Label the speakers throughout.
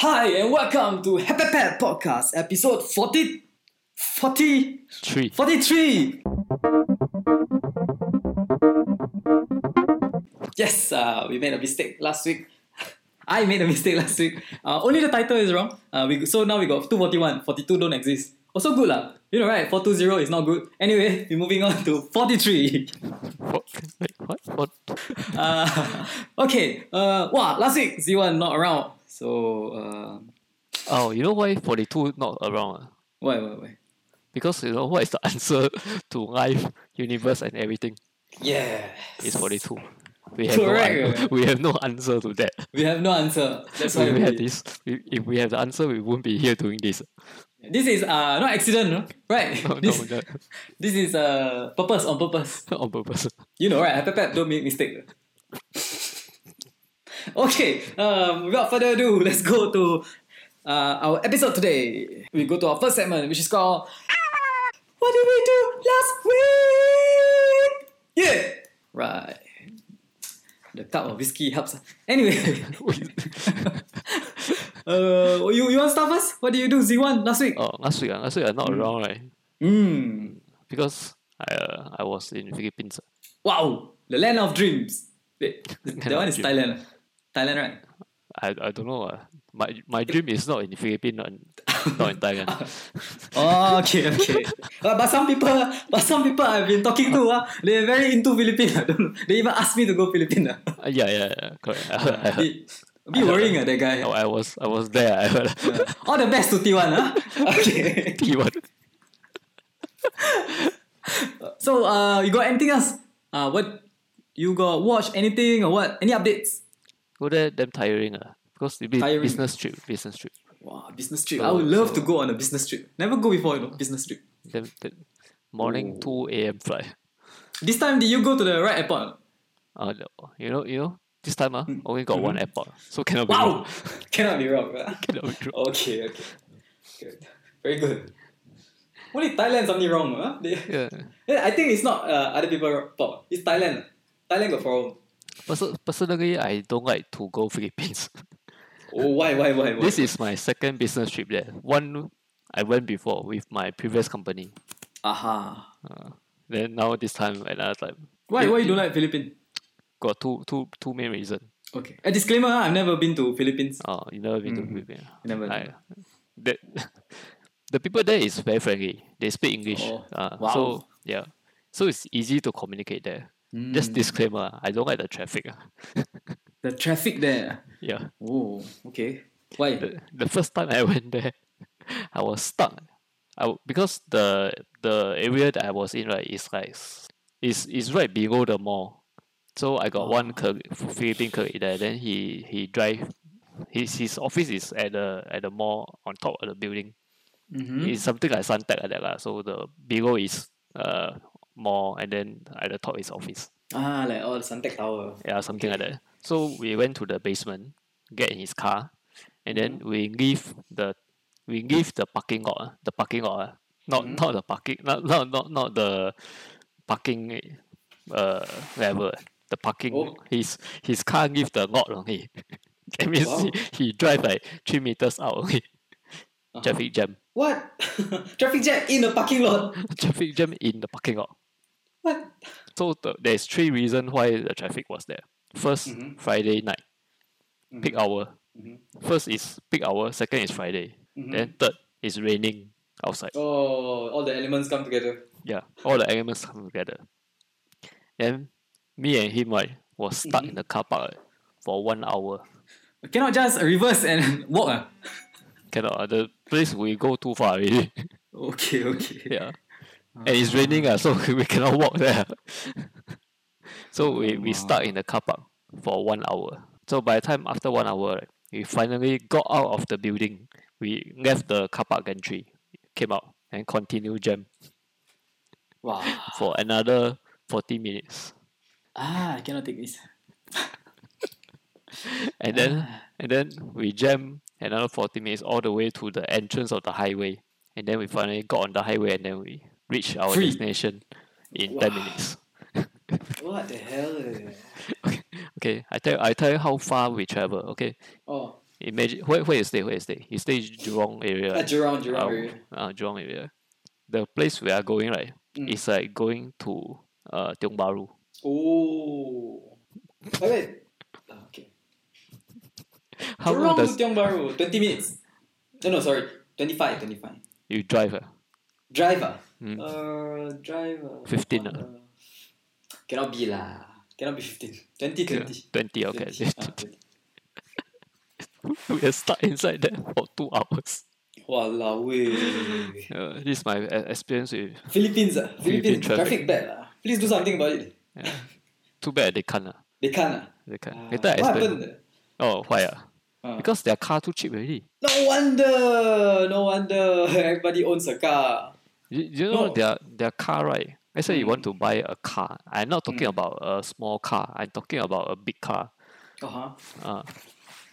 Speaker 1: Hi and welcome to Happy Pet Podcast, episode 40, 40,
Speaker 2: Three.
Speaker 1: 43. Yes, uh, we made a mistake last week. I made a mistake last week. Uh, only the title is wrong. Uh, we, so now we got 241, 42 don't exist. Also good lah. You know right, 420 is not good. Anyway, we're moving on to 43.
Speaker 2: What? Wait, what? What?
Speaker 1: Uh, okay, uh, wow, last week Z1 not around. So, uh,
Speaker 2: Oh, you know why 42 not around? ah?
Speaker 1: why, why, why?
Speaker 2: Because you know what is the answer to life, universe, and everything?
Speaker 1: Yeah.
Speaker 2: It's 42. We have, no,
Speaker 1: Correct,
Speaker 2: an- we have no answer to that.
Speaker 1: We have no answer. That's why
Speaker 2: If we
Speaker 1: we
Speaker 2: had this, we- if we have the answer, we wouldn't be here doing this.
Speaker 1: This is uh not accident, no? right?
Speaker 2: No,
Speaker 1: this,
Speaker 2: no,
Speaker 1: this is uh purpose on purpose.
Speaker 2: no, on purpose.
Speaker 1: You know, right? Happy pet, don't make mistake. okay, um, without further ado, let's go to uh, our episode today. We go to our first segment, which is called What did we do last week? Yeah, right. The cup of whiskey helps. Anyway, uh, you you want to start first? What did you do, Z1, last week?
Speaker 2: oh, last week, ah, last week I'm not around, right?
Speaker 1: Mm.
Speaker 2: Because I, uh, I was in Philippines. ah.
Speaker 1: Wow, the land of dreams. Wait, th-
Speaker 2: Land
Speaker 1: that
Speaker 2: of
Speaker 1: one is
Speaker 2: dream.
Speaker 1: Thailand. ah. Thailand, right?
Speaker 2: I, I don't know. ah. My my dream is not in Philippines, not in, not in Thailand.
Speaker 1: Oh, okay, okay. Uh, but, but some people, but some people I've been talking to, uh, they're very into Philippines. I don't know. They even asked me to go Philippines. ah.
Speaker 2: Ah, yeah, yeah, yeah, correct. I
Speaker 1: A
Speaker 2: heard-
Speaker 1: bit, a bit worrying, uh, that guy.
Speaker 2: I, I was I was there. I heard.
Speaker 1: All the best to uh. T1, huh? Okay.
Speaker 2: T1.
Speaker 1: So, uh, you got anything else? Uh, what? You got watch anything or what? Any updates?
Speaker 2: Go there, damn tiring ah. Because it be
Speaker 1: Tiring.
Speaker 2: business trip, business trip.
Speaker 1: Wow, business trip. I would love to go on a business trip. Never go before, you know, business trip.
Speaker 2: Damn, damn- morning two a.m. flight.
Speaker 1: This time, did you go to the right airport?
Speaker 2: Uh, no, you know, you know, this time ah, only got one airport, so cannot be
Speaker 1: Mm-hmm. Wow!
Speaker 2: wrong.
Speaker 1: Cannot be wrong. ah.
Speaker 2: cannot be wrong.
Speaker 1: Okay, okay. Good. Very good. Only Thailand something wrong, huh? They,
Speaker 2: Yeah,
Speaker 1: Eh, I think it's not uh, other people fault. It's Thailand. Thailand got problem.
Speaker 2: Perso- personally, I don't like to go Philippines.
Speaker 1: Oh, why, why, why, why?
Speaker 2: this is my second business trip there. One I went before with my previous company.
Speaker 1: Aha.
Speaker 2: Then now this time another time.
Speaker 1: Why, why you don't like Philippines?
Speaker 2: Got two two two main reasons.
Speaker 1: Okay. A disclaimer, ah, I've never been to Philippines.
Speaker 2: Oh, you never been
Speaker 1: Mm-hmm.
Speaker 2: to Philippines. ah.
Speaker 1: Never.
Speaker 2: I, the, the people there is very friendly. They speak English.
Speaker 1: Oh,
Speaker 2: Uh,
Speaker 1: wow.
Speaker 2: So yeah, so it's easy to communicate there. Just
Speaker 1: Hmm.
Speaker 2: disclaimer: ah, I don't like the traffic. ah.
Speaker 1: The traffic there.
Speaker 2: yeah,
Speaker 1: Oh, okay. Why?
Speaker 2: the, the first time I went there, I was stuck. I w- because the the area that I was in right is like s- is is right below the mall. So I got one colleague, Philippine colleague there. Then he he drive. His his office is at the at the mall on top of the building.
Speaker 1: Mm-hmm.
Speaker 2: It's something like Suntec like that lah. So the below is uh mall and then at the top is office.
Speaker 1: Ah, like all the Suntec Tower.
Speaker 2: Yeah, something like that. So we went to the basement, get in his car, and then
Speaker 1: Mm-hmm.
Speaker 2: we leave the we leave the parking lot. ah, The parking lot, ah. not
Speaker 1: Mm-hmm.
Speaker 2: not the parking, not not not not the parking uh level. ah, The parking
Speaker 1: Oh.
Speaker 2: his his car leave the lot only. that means
Speaker 1: Wow.
Speaker 2: he, he drive like three meters out only.
Speaker 1: Uh-huh.
Speaker 2: Traffic jam,
Speaker 1: What? traffic jam in a parking lot.
Speaker 2: traffic jam in the parking lot.
Speaker 1: What?
Speaker 2: So the, there's three reasons why the traffic was there. 1st
Speaker 1: Mhm.
Speaker 2: Friday night, peak hour.
Speaker 1: Mhm.
Speaker 2: First is peak hour. Second is Friday. Then third is raining outside.
Speaker 1: Oh, all the elements come together.
Speaker 2: Yeah, all the elements come together. Then me and him right was stuck in the car park right, for one hour.
Speaker 1: Cannot just reverse and walk. ah.
Speaker 2: Cannot ah, the place we go too far already.
Speaker 1: Okay, okay.
Speaker 2: yeah, and it's raining ah, so we cannot walk there. so we we stuck in the car park for one hour. So by the time after one hour, right, we finally got out of the building. We left the car park entry, came out and continued jam.
Speaker 1: Wow.
Speaker 2: for another 40 minutes
Speaker 1: Ah, I cannot take this.
Speaker 2: and then and then we jam another 40 minutes all the way to the entrance of the highway and then we finally got on the highway and then we reached our
Speaker 1: Free.
Speaker 2: destination in 10 minutes
Speaker 1: What the hell?
Speaker 2: okay i tell i tell you how far we travel okay
Speaker 1: Oh,
Speaker 2: Imagine where where you stay? Where you stay? He stays Jurong area.
Speaker 1: At Jurong, Jurong
Speaker 2: uh,
Speaker 1: area.
Speaker 2: uh, Jurong area. The place we are going right
Speaker 1: Mm.
Speaker 2: is like going to uh Tiong Bahru.
Speaker 1: Oh. Wait, wait. Oh, Okay.
Speaker 2: How
Speaker 1: Jurong
Speaker 2: long
Speaker 1: to
Speaker 2: does
Speaker 1: Tiong Bahru, 20 minutes. No, no, sorry. 25, 25.
Speaker 2: you drive? ah?
Speaker 1: Driver.
Speaker 2: Mm.
Speaker 1: Uh, driver.
Speaker 2: 15
Speaker 1: What, uh, Cannot be lah. Cannot be 15. 20, 20.
Speaker 2: 20, okay.
Speaker 1: 20. Ah, 20.
Speaker 2: we are stuck inside there for two hours.
Speaker 1: Walao weh.
Speaker 2: Uh, this is my e- experience with.
Speaker 1: Philippines ah. Philippines.
Speaker 2: Philippine traffic.
Speaker 1: traffic bad lah. Please do something about it.
Speaker 2: Yeah. Too bad they can't. ah.
Speaker 1: They can't ah.
Speaker 2: They can't.
Speaker 1: Ah,
Speaker 2: Later I
Speaker 1: what
Speaker 2: explain.
Speaker 1: happened?
Speaker 2: Oh, why? ah?
Speaker 1: Ah.
Speaker 2: Because their car too cheap already.
Speaker 1: No wonder, no wonder everybody owns a car.
Speaker 2: You, you know
Speaker 1: No.
Speaker 2: their their car right? Let's
Speaker 1: Hmm.
Speaker 2: say you want to buy a car. I'm not talking
Speaker 1: Mm.
Speaker 2: about a small car. I'm talking about a big car.
Speaker 1: Uh huh.
Speaker 2: Uh,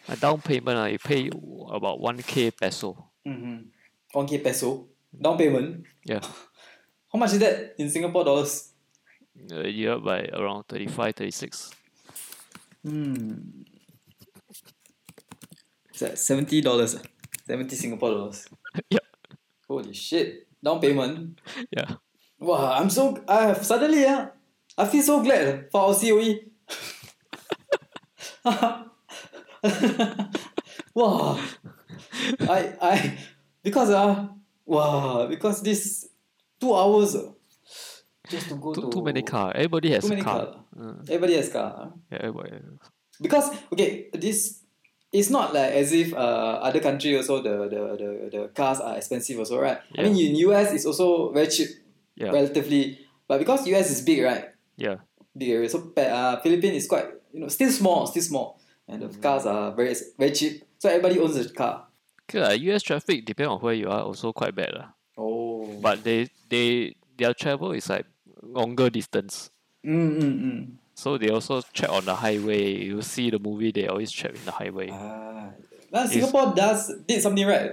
Speaker 2: a down payment uh, you pay about one k peso.
Speaker 1: Mm-hmm. One K peso down payment.
Speaker 2: Yeah,
Speaker 1: How much is that in Singapore dollars?
Speaker 2: a year by around 35, 36.
Speaker 1: Hmm. Is that seventy dollars? eh. Seventy Singapore dollars.
Speaker 2: yeah,
Speaker 1: Holy shit! Down payment.
Speaker 2: yeah.
Speaker 1: Wow, I'm so I have suddenly yeah, I feel so glad for our E. COE. wow, I I because uh wow because this two hours uh, just to go
Speaker 2: Too,
Speaker 1: to
Speaker 2: too many car. Everybody has
Speaker 1: too
Speaker 2: a
Speaker 1: many
Speaker 2: car.
Speaker 1: car.
Speaker 2: Uh,
Speaker 1: Everybody has car.
Speaker 2: yeah, everybody.
Speaker 1: Because okay, this it's not like as if uh, other country also the, the, the, the cars are expensive also right. I
Speaker 2: Yeah.
Speaker 1: mean in US it's also very cheap
Speaker 2: Yeah,
Speaker 1: relatively, but because US is big right,
Speaker 2: yeah.
Speaker 1: big area. So pa- uh, Philippines is quite you know still small, still small, and the cars are very ex- very cheap. So everybody owns a car.
Speaker 2: Okay, lah, U.S. uh, traffic depend on where you are also quite bad lah.
Speaker 1: Oh, but
Speaker 2: But they they their travel is like longer distance.
Speaker 1: mm mm mm.
Speaker 2: So they also check on the highway. You see the movie, they always check in the highway.
Speaker 1: Ah, well, Singapore does did something right.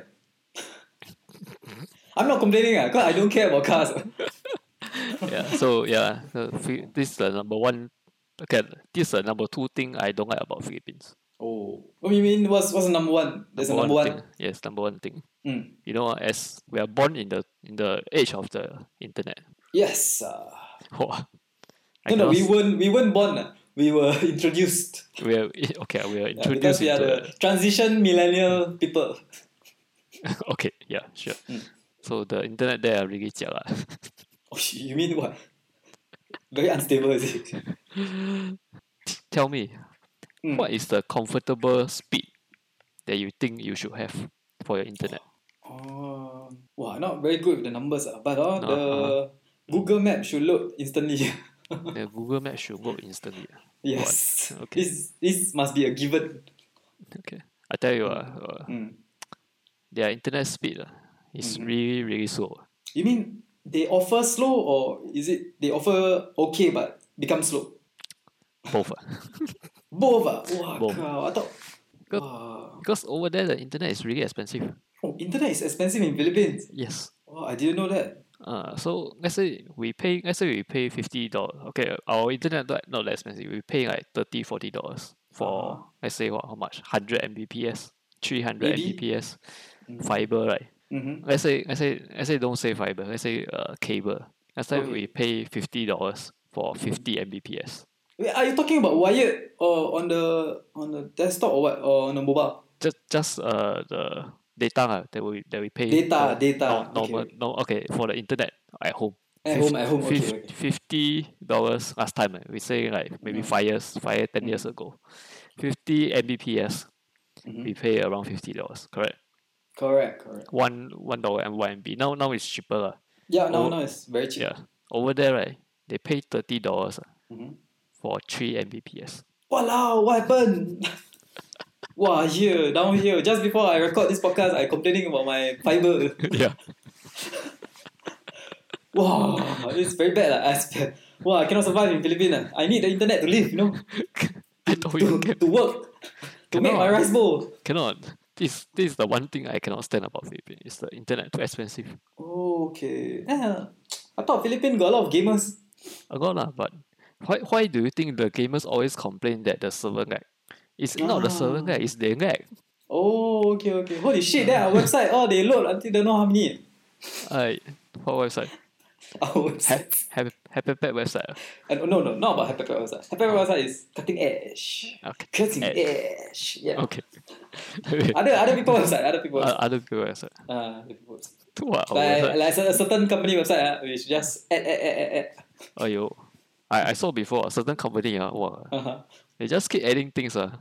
Speaker 1: I'm not complaining ah, cause I don't care about cars.
Speaker 2: yeah. So yeah, so Phi- this is the number one. Okay, this is the number two thing I don't like about Philippines.
Speaker 1: oh, what do you mean? What's what's the number one? There's a number one.
Speaker 2: Thing. Yes, number one thing.
Speaker 1: Mm.
Speaker 2: You know, as we are born in the in the age of the internet.
Speaker 1: Yes. Uh,
Speaker 2: Wow. I
Speaker 1: no, no,
Speaker 2: cannot
Speaker 1: we
Speaker 2: s-
Speaker 1: weren't. We weren't born. ah. We were introduced.
Speaker 2: we are i- okay. We are
Speaker 1: Yeah, because
Speaker 2: introduced
Speaker 1: we are
Speaker 2: into
Speaker 1: the transition millennial people.
Speaker 2: a- okay. Yeah, sure.
Speaker 1: Mm.
Speaker 2: So the internet there are really jialat.
Speaker 1: Oh, you mean what? Very unstable, is it?
Speaker 2: Tell me,
Speaker 1: Mm.
Speaker 2: what is the comfortable speed that you think you should have for your internet?
Speaker 1: Oh, wow, not very good with the numbers, ah. but uh,
Speaker 2: No,
Speaker 1: the
Speaker 2: uh-huh.
Speaker 1: Google Map should load instantly.
Speaker 2: the Google Maps should work instantly.
Speaker 1: yes.
Speaker 2: What? Okay.
Speaker 1: This, this must be a given.
Speaker 2: Okay. I tell you, uh, uh,
Speaker 1: Mm.
Speaker 2: their internet speed uh, is
Speaker 1: Mhm.
Speaker 2: really, really slow.
Speaker 1: You mean they offer slow or is it they offer okay but become slow?
Speaker 2: Both. uh.
Speaker 1: Both, ah. Wow,
Speaker 2: Both.
Speaker 1: cow, I thought.
Speaker 2: Good.
Speaker 1: Wow.
Speaker 2: because over there, the internet is really expensive.
Speaker 1: Oh, internet is expensive in Philippines.
Speaker 2: Yes.
Speaker 1: Wow, I didn't know that.
Speaker 2: Uh, so let's say we pay, let's say we pay fifty dollars. Okay, our internet not, not that expensive. We pay like 30 40 dollars for
Speaker 1: Uh-huh.
Speaker 2: let's say what how much hundred Mbps, three hundred
Speaker 1: Maybe.
Speaker 2: Mbps,
Speaker 1: Mhm.
Speaker 2: fiber right?
Speaker 1: Mm-hmm.
Speaker 2: Let's say let's say let's say don't say fiber. Let's say uh, cable. Last time
Speaker 1: Okay.
Speaker 2: we pay fifty dollars for fifty Mbps.
Speaker 1: Wait, are you talking about wired or on the on the desktop or what or on the mobile?
Speaker 2: just just uh the data lah that we that we pay
Speaker 1: Data,
Speaker 2: for
Speaker 1: data,
Speaker 2: nor-
Speaker 1: okay,
Speaker 2: normal
Speaker 1: okay.
Speaker 2: no okay for the internet at home
Speaker 1: At
Speaker 2: Fif-
Speaker 1: home, at home, okay,
Speaker 2: fif-
Speaker 1: okay.
Speaker 2: fifty dollars last time eh, we say like maybe
Speaker 1: Mm.
Speaker 2: five years five ten
Speaker 1: Mm-hmm.
Speaker 2: years ago fifty mbps
Speaker 1: Mhm.
Speaker 2: we pay around fifty dollars correct
Speaker 1: Correct, correct.
Speaker 2: one one dollar and one mb now now it's cheaper lah.
Speaker 1: Yeah, now
Speaker 2: Oh,
Speaker 1: now it's very cheap.
Speaker 2: yeah over there right they pay thirty dollars ah,
Speaker 1: Mhm.
Speaker 2: for three mbps
Speaker 1: Walao, what happened? wow, here, down here. Just before I record this podcast, I complaining about my fiber.
Speaker 2: yeah
Speaker 1: Wow, it's very bad. lah. I sp- wow, I cannot survive in Philippines. lah. I need the internet to live, you know,
Speaker 2: I told you
Speaker 1: to,
Speaker 2: can,
Speaker 1: to work, to make my
Speaker 2: Cannot.
Speaker 1: rice bowl.
Speaker 2: cannot this this is the one thing I cannot stand about Philippines it's the internet too expensive
Speaker 1: Okay. Yeah. I thought Philippines got a lot of gamers.
Speaker 2: a lot lah, but why why do you think the gamers always complain that the server lag? It's not the server
Speaker 1: Ah.
Speaker 2: lag, it's the lag.
Speaker 1: Oh, okay, okay. Holy shit, then
Speaker 2: Uh.
Speaker 1: our website, oh, they load until don't know how many.
Speaker 2: I what website?
Speaker 1: Our
Speaker 2: Happy
Speaker 1: website.
Speaker 2: Happy Happy Pet website. ah?
Speaker 1: Uh, no, no, not about Happy Pepper website. Happy Pepper website is cutting edge.
Speaker 2: Okay.
Speaker 1: Cutting
Speaker 2: Uh. Edge.
Speaker 1: edge. Yeah.
Speaker 2: Okay. Wait,
Speaker 1: Other, other people website, other people
Speaker 2: o-
Speaker 1: website.
Speaker 2: other people website.
Speaker 1: Uh, other people website.
Speaker 2: What our
Speaker 1: Like,
Speaker 2: Ah. website?
Speaker 1: like a certain company website, uh, which just add, add, add, add, add.
Speaker 2: Oh yo. I, I saw before a certain company uh, wow,
Speaker 1: Uh-huh.
Speaker 2: they just keep adding things uh,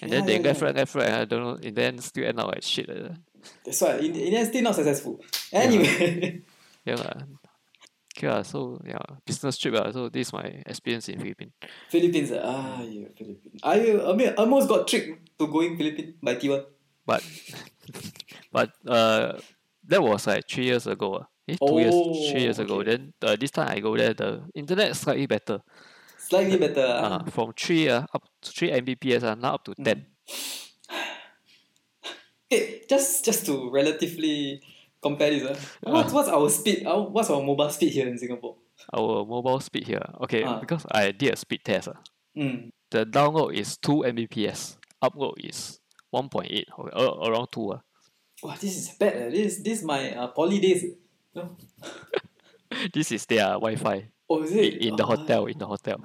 Speaker 2: and then
Speaker 1: Yeah,
Speaker 2: they
Speaker 1: yeah,
Speaker 2: left
Speaker 1: yeah.
Speaker 2: right left right I don't know and then still end up like shit like that.
Speaker 1: That's why, in, in the end, still not successful. Anyway.
Speaker 2: Yeah lah. Okay lah, so yeah business trip uh, so this is my experience in Philippines.
Speaker 1: Philippines, ah, ah yeah, Philippines. I, I mean, almost got tricked to going Philippines by T1.
Speaker 2: But but uh that was like three years ago. Uh. Eh, two years three years
Speaker 1: Oh,
Speaker 2: ago.
Speaker 1: okay.
Speaker 2: Then uh, this time I go there the internet is slightly better.
Speaker 1: Slightly better. ah.
Speaker 2: Uh, from three uh, up to three Mbps uh, now up to ten.
Speaker 1: Mm. Eh, just just to relatively compare this, ah.
Speaker 2: Uh-huh.
Speaker 1: what, what's our speed? Our, what's our mobile speed here in Singapore?
Speaker 2: Our mobile speed here. Okay,
Speaker 1: Ah.
Speaker 2: because I did a speed test. Uh.
Speaker 1: Mm.
Speaker 2: The download is two Mbps. Upload is one point eight or or around two. Uh.
Speaker 1: Wow, this is bad. eh. This this my uh, poly days. No?
Speaker 2: this is their Wi-Fi
Speaker 1: Oh, is it?
Speaker 2: i- in the
Speaker 1: Ah,
Speaker 2: hotel. In the hotel.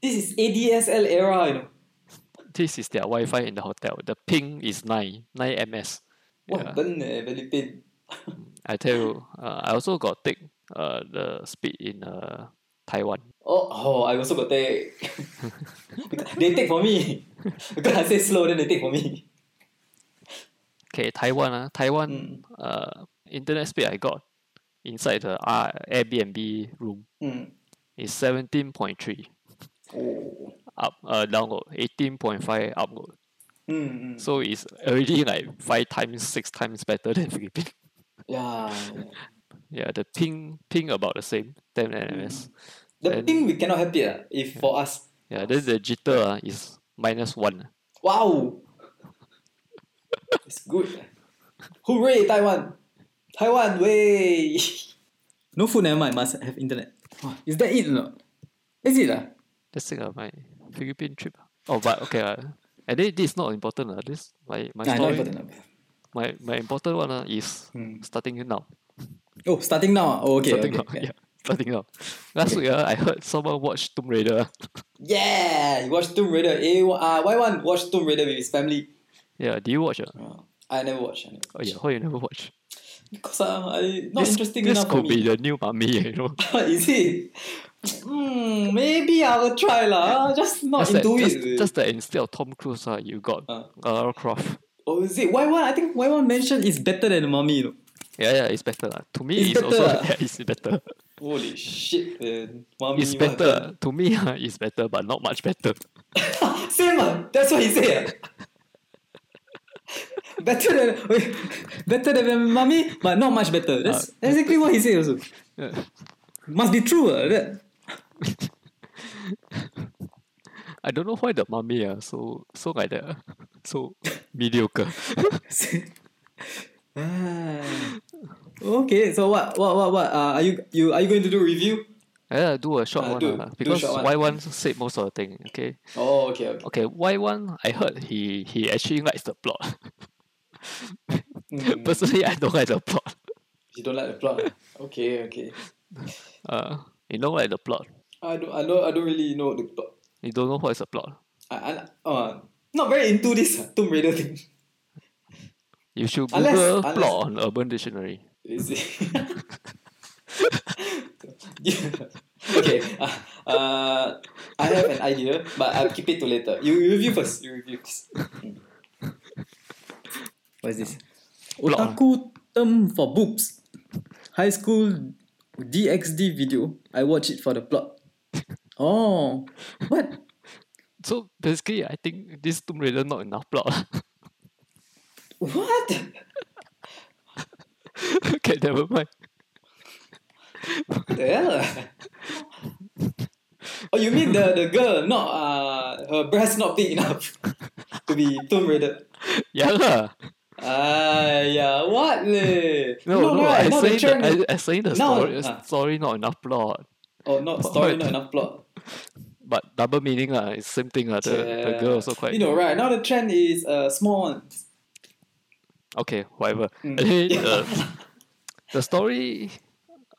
Speaker 1: This is ADSL era, you know.
Speaker 2: This is their Wi-Fi in the hotel. The ping is nine nine ms.
Speaker 1: What
Speaker 2: Yeah.
Speaker 1: happened, eh, Philippines?
Speaker 2: I tell you, uh, I also got take uh, the speed in uh, Taiwan.
Speaker 1: Oh, oh, I also got take. Because- they take for me. Because I say slow, then they take for me.
Speaker 2: Okay, Taiwan, uh, Taiwan
Speaker 1: Mm.
Speaker 2: uh, internet speed I got inside the uh, Airbnb room
Speaker 1: Mm.
Speaker 2: is 17.3
Speaker 1: Oh.
Speaker 2: up uh, download, 18.5 upload.
Speaker 1: Mm, mm.
Speaker 2: So it's already like five times, six times better than Philippines.
Speaker 1: Yeah. yeah.
Speaker 2: Yeah, the ping ping about the same, 10 ms.
Speaker 1: The
Speaker 2: And-
Speaker 1: thing we cannot help it ah, if for us.
Speaker 2: Yeah, then the jitter uh, is minus one.
Speaker 1: Wow! it's good. Hooray, Taiwan! Taiwan, way! No food, never mind, must have internet. Wow, Is that it or not? Is it? ah?
Speaker 2: That's it, uh, my Philippine trip. Oh, but okay. Uh, and then this is not important. Uh, this my my
Speaker 1: Ah, not
Speaker 2: story,
Speaker 1: important, not important.
Speaker 2: my my important one uh, is
Speaker 1: Hmm.
Speaker 2: starting now.
Speaker 1: Oh, starting now. ah? Oh, okay. okay,
Speaker 2: starting now,
Speaker 1: okay.
Speaker 2: yeah, starting now. Last week uh, I heard someone watch Tomb Raider. ah.
Speaker 1: Yeah, you watch Tomb Raider. A uh, Y1 watched Tomb Raider with his family.
Speaker 2: Yeah, do you watch? Uh?
Speaker 1: Oh, I never watch. I never
Speaker 2: Oh yeah, why you never watch?
Speaker 1: Because uh, I, not
Speaker 2: this
Speaker 1: interesting
Speaker 2: this
Speaker 1: enough for
Speaker 2: could
Speaker 1: me.
Speaker 2: be the new mummy, you know.
Speaker 1: Is it? Hmm, maybe I will try lah. Just not
Speaker 2: just, that,
Speaker 1: into
Speaker 2: just,
Speaker 1: it.
Speaker 2: just that instead of Tom Cruise, uh, you got
Speaker 1: Uh.
Speaker 2: Lara Croft.
Speaker 1: Oh, is it? Why one? I think why one mentioned is better than the mummy. You know?
Speaker 2: Yeah, yeah, it's better. Uh. To me,
Speaker 1: It's
Speaker 2: it's,
Speaker 1: better,
Speaker 2: also
Speaker 1: ah.
Speaker 2: yeah, it's better.
Speaker 1: Holy shit, man. Mummy.
Speaker 2: It's
Speaker 1: what
Speaker 2: better. To me, uh, it's better, but not much better.
Speaker 1: happened? Same, ah. That's what he said. ah. better than wait, better than the mummy, but not much better. That's
Speaker 2: Ah,
Speaker 1: that's exactly what he said also.
Speaker 2: Yeah.
Speaker 1: Must be true, ah, that.
Speaker 2: I don't know why the mummy ah so so like that ah. so mediocre.
Speaker 1: Ah. Okay, so what what what what uh, are you you are you going to do review?
Speaker 2: Yeah, do a short
Speaker 1: Ah,
Speaker 2: one
Speaker 1: do-
Speaker 2: ah,
Speaker 1: do
Speaker 2: because
Speaker 1: short one.
Speaker 2: Y one said most of the thing. Okay,
Speaker 1: Oh, okay, okay.
Speaker 2: okay. Y one, I heard he he actually likes the plot.
Speaker 1: Mm,
Speaker 2: Personally, I don't like the plot.
Speaker 1: you don't like the plot. ah. Okay, okay.
Speaker 2: Uh, you don't like the plot.
Speaker 1: I don't I don't I don't really know the plot.
Speaker 2: You don't know what is the plot.
Speaker 1: I, I uh, not very into this Tomb Raider thing.
Speaker 2: You should
Speaker 1: Unless-
Speaker 2: Google
Speaker 1: unless-
Speaker 2: plot on Urban Dictionary.
Speaker 1: Is it? Yeah. okay. Uh, uh, I have an idea, but I'll keep it to later. You, you review first. You review first. Mm. What is this?
Speaker 2: Plot.
Speaker 1: Otaku term for boobs. High school DXD video. I watch it for the plot. Oh, what?
Speaker 2: So basically, I think this Tomb Raider not enough plot.
Speaker 1: What?
Speaker 2: okay, never mind.
Speaker 1: the hell? oh, you mean the, the girl not uh her breast not big enough to be Tomb Raider?
Speaker 2: Yeah lah.
Speaker 1: Ah, yeah. What leh?
Speaker 2: No, no,
Speaker 1: right,
Speaker 2: I
Speaker 1: not the
Speaker 2: saying
Speaker 1: trend.
Speaker 2: the, I, I saying the
Speaker 1: No,
Speaker 2: story
Speaker 1: ah.
Speaker 2: story not enough plot.
Speaker 1: Oh, not story, not enough plot.
Speaker 2: But double meaning lah, it's same thing lah. The, the
Speaker 1: Yeah.
Speaker 2: girl also quite
Speaker 1: You know, right now the trend is uh small ones.
Speaker 2: okay, whatever.
Speaker 1: Mm.
Speaker 2: Anyway, the, the story,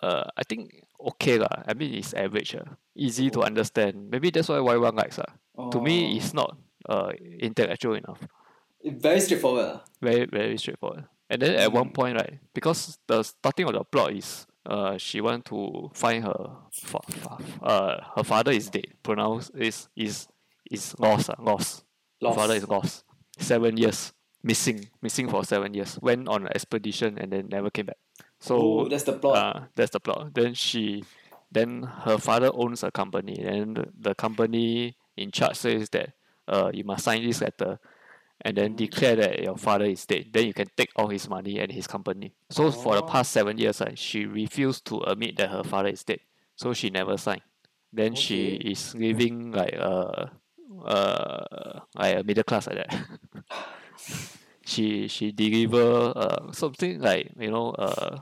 Speaker 2: uh, I think okay lah. I mean, it's average, uh, easy
Speaker 1: Oh.
Speaker 2: to understand. Maybe that's why Y1 likes uh. To me, it's not uh, intellectual enough.
Speaker 1: Very straightforward. ah.
Speaker 2: Very, very straightforward. And then at one point, right, because the starting of the plot is uh, she want to find her fa- fa- uh, her father is dead. Pronounced is is is lost, uh, lost. Her father is lost. Seven years missing, missing for seven years. Went on an expedition and then never came back. So
Speaker 1: Oh, that's the plot.
Speaker 2: Uh, that's the plot. Then she, then her father owns a company, and the- the company in charge says that uh, you must sign this letter, and then declare that your father is dead. Then you can take all his money and his company. So for the past seven years, right, she refused to admit that her father is dead. So she never signed. Then she
Speaker 1: Okay.
Speaker 2: is living like a, uh, like a middle class like that. she she deliver uh, something like you know uh,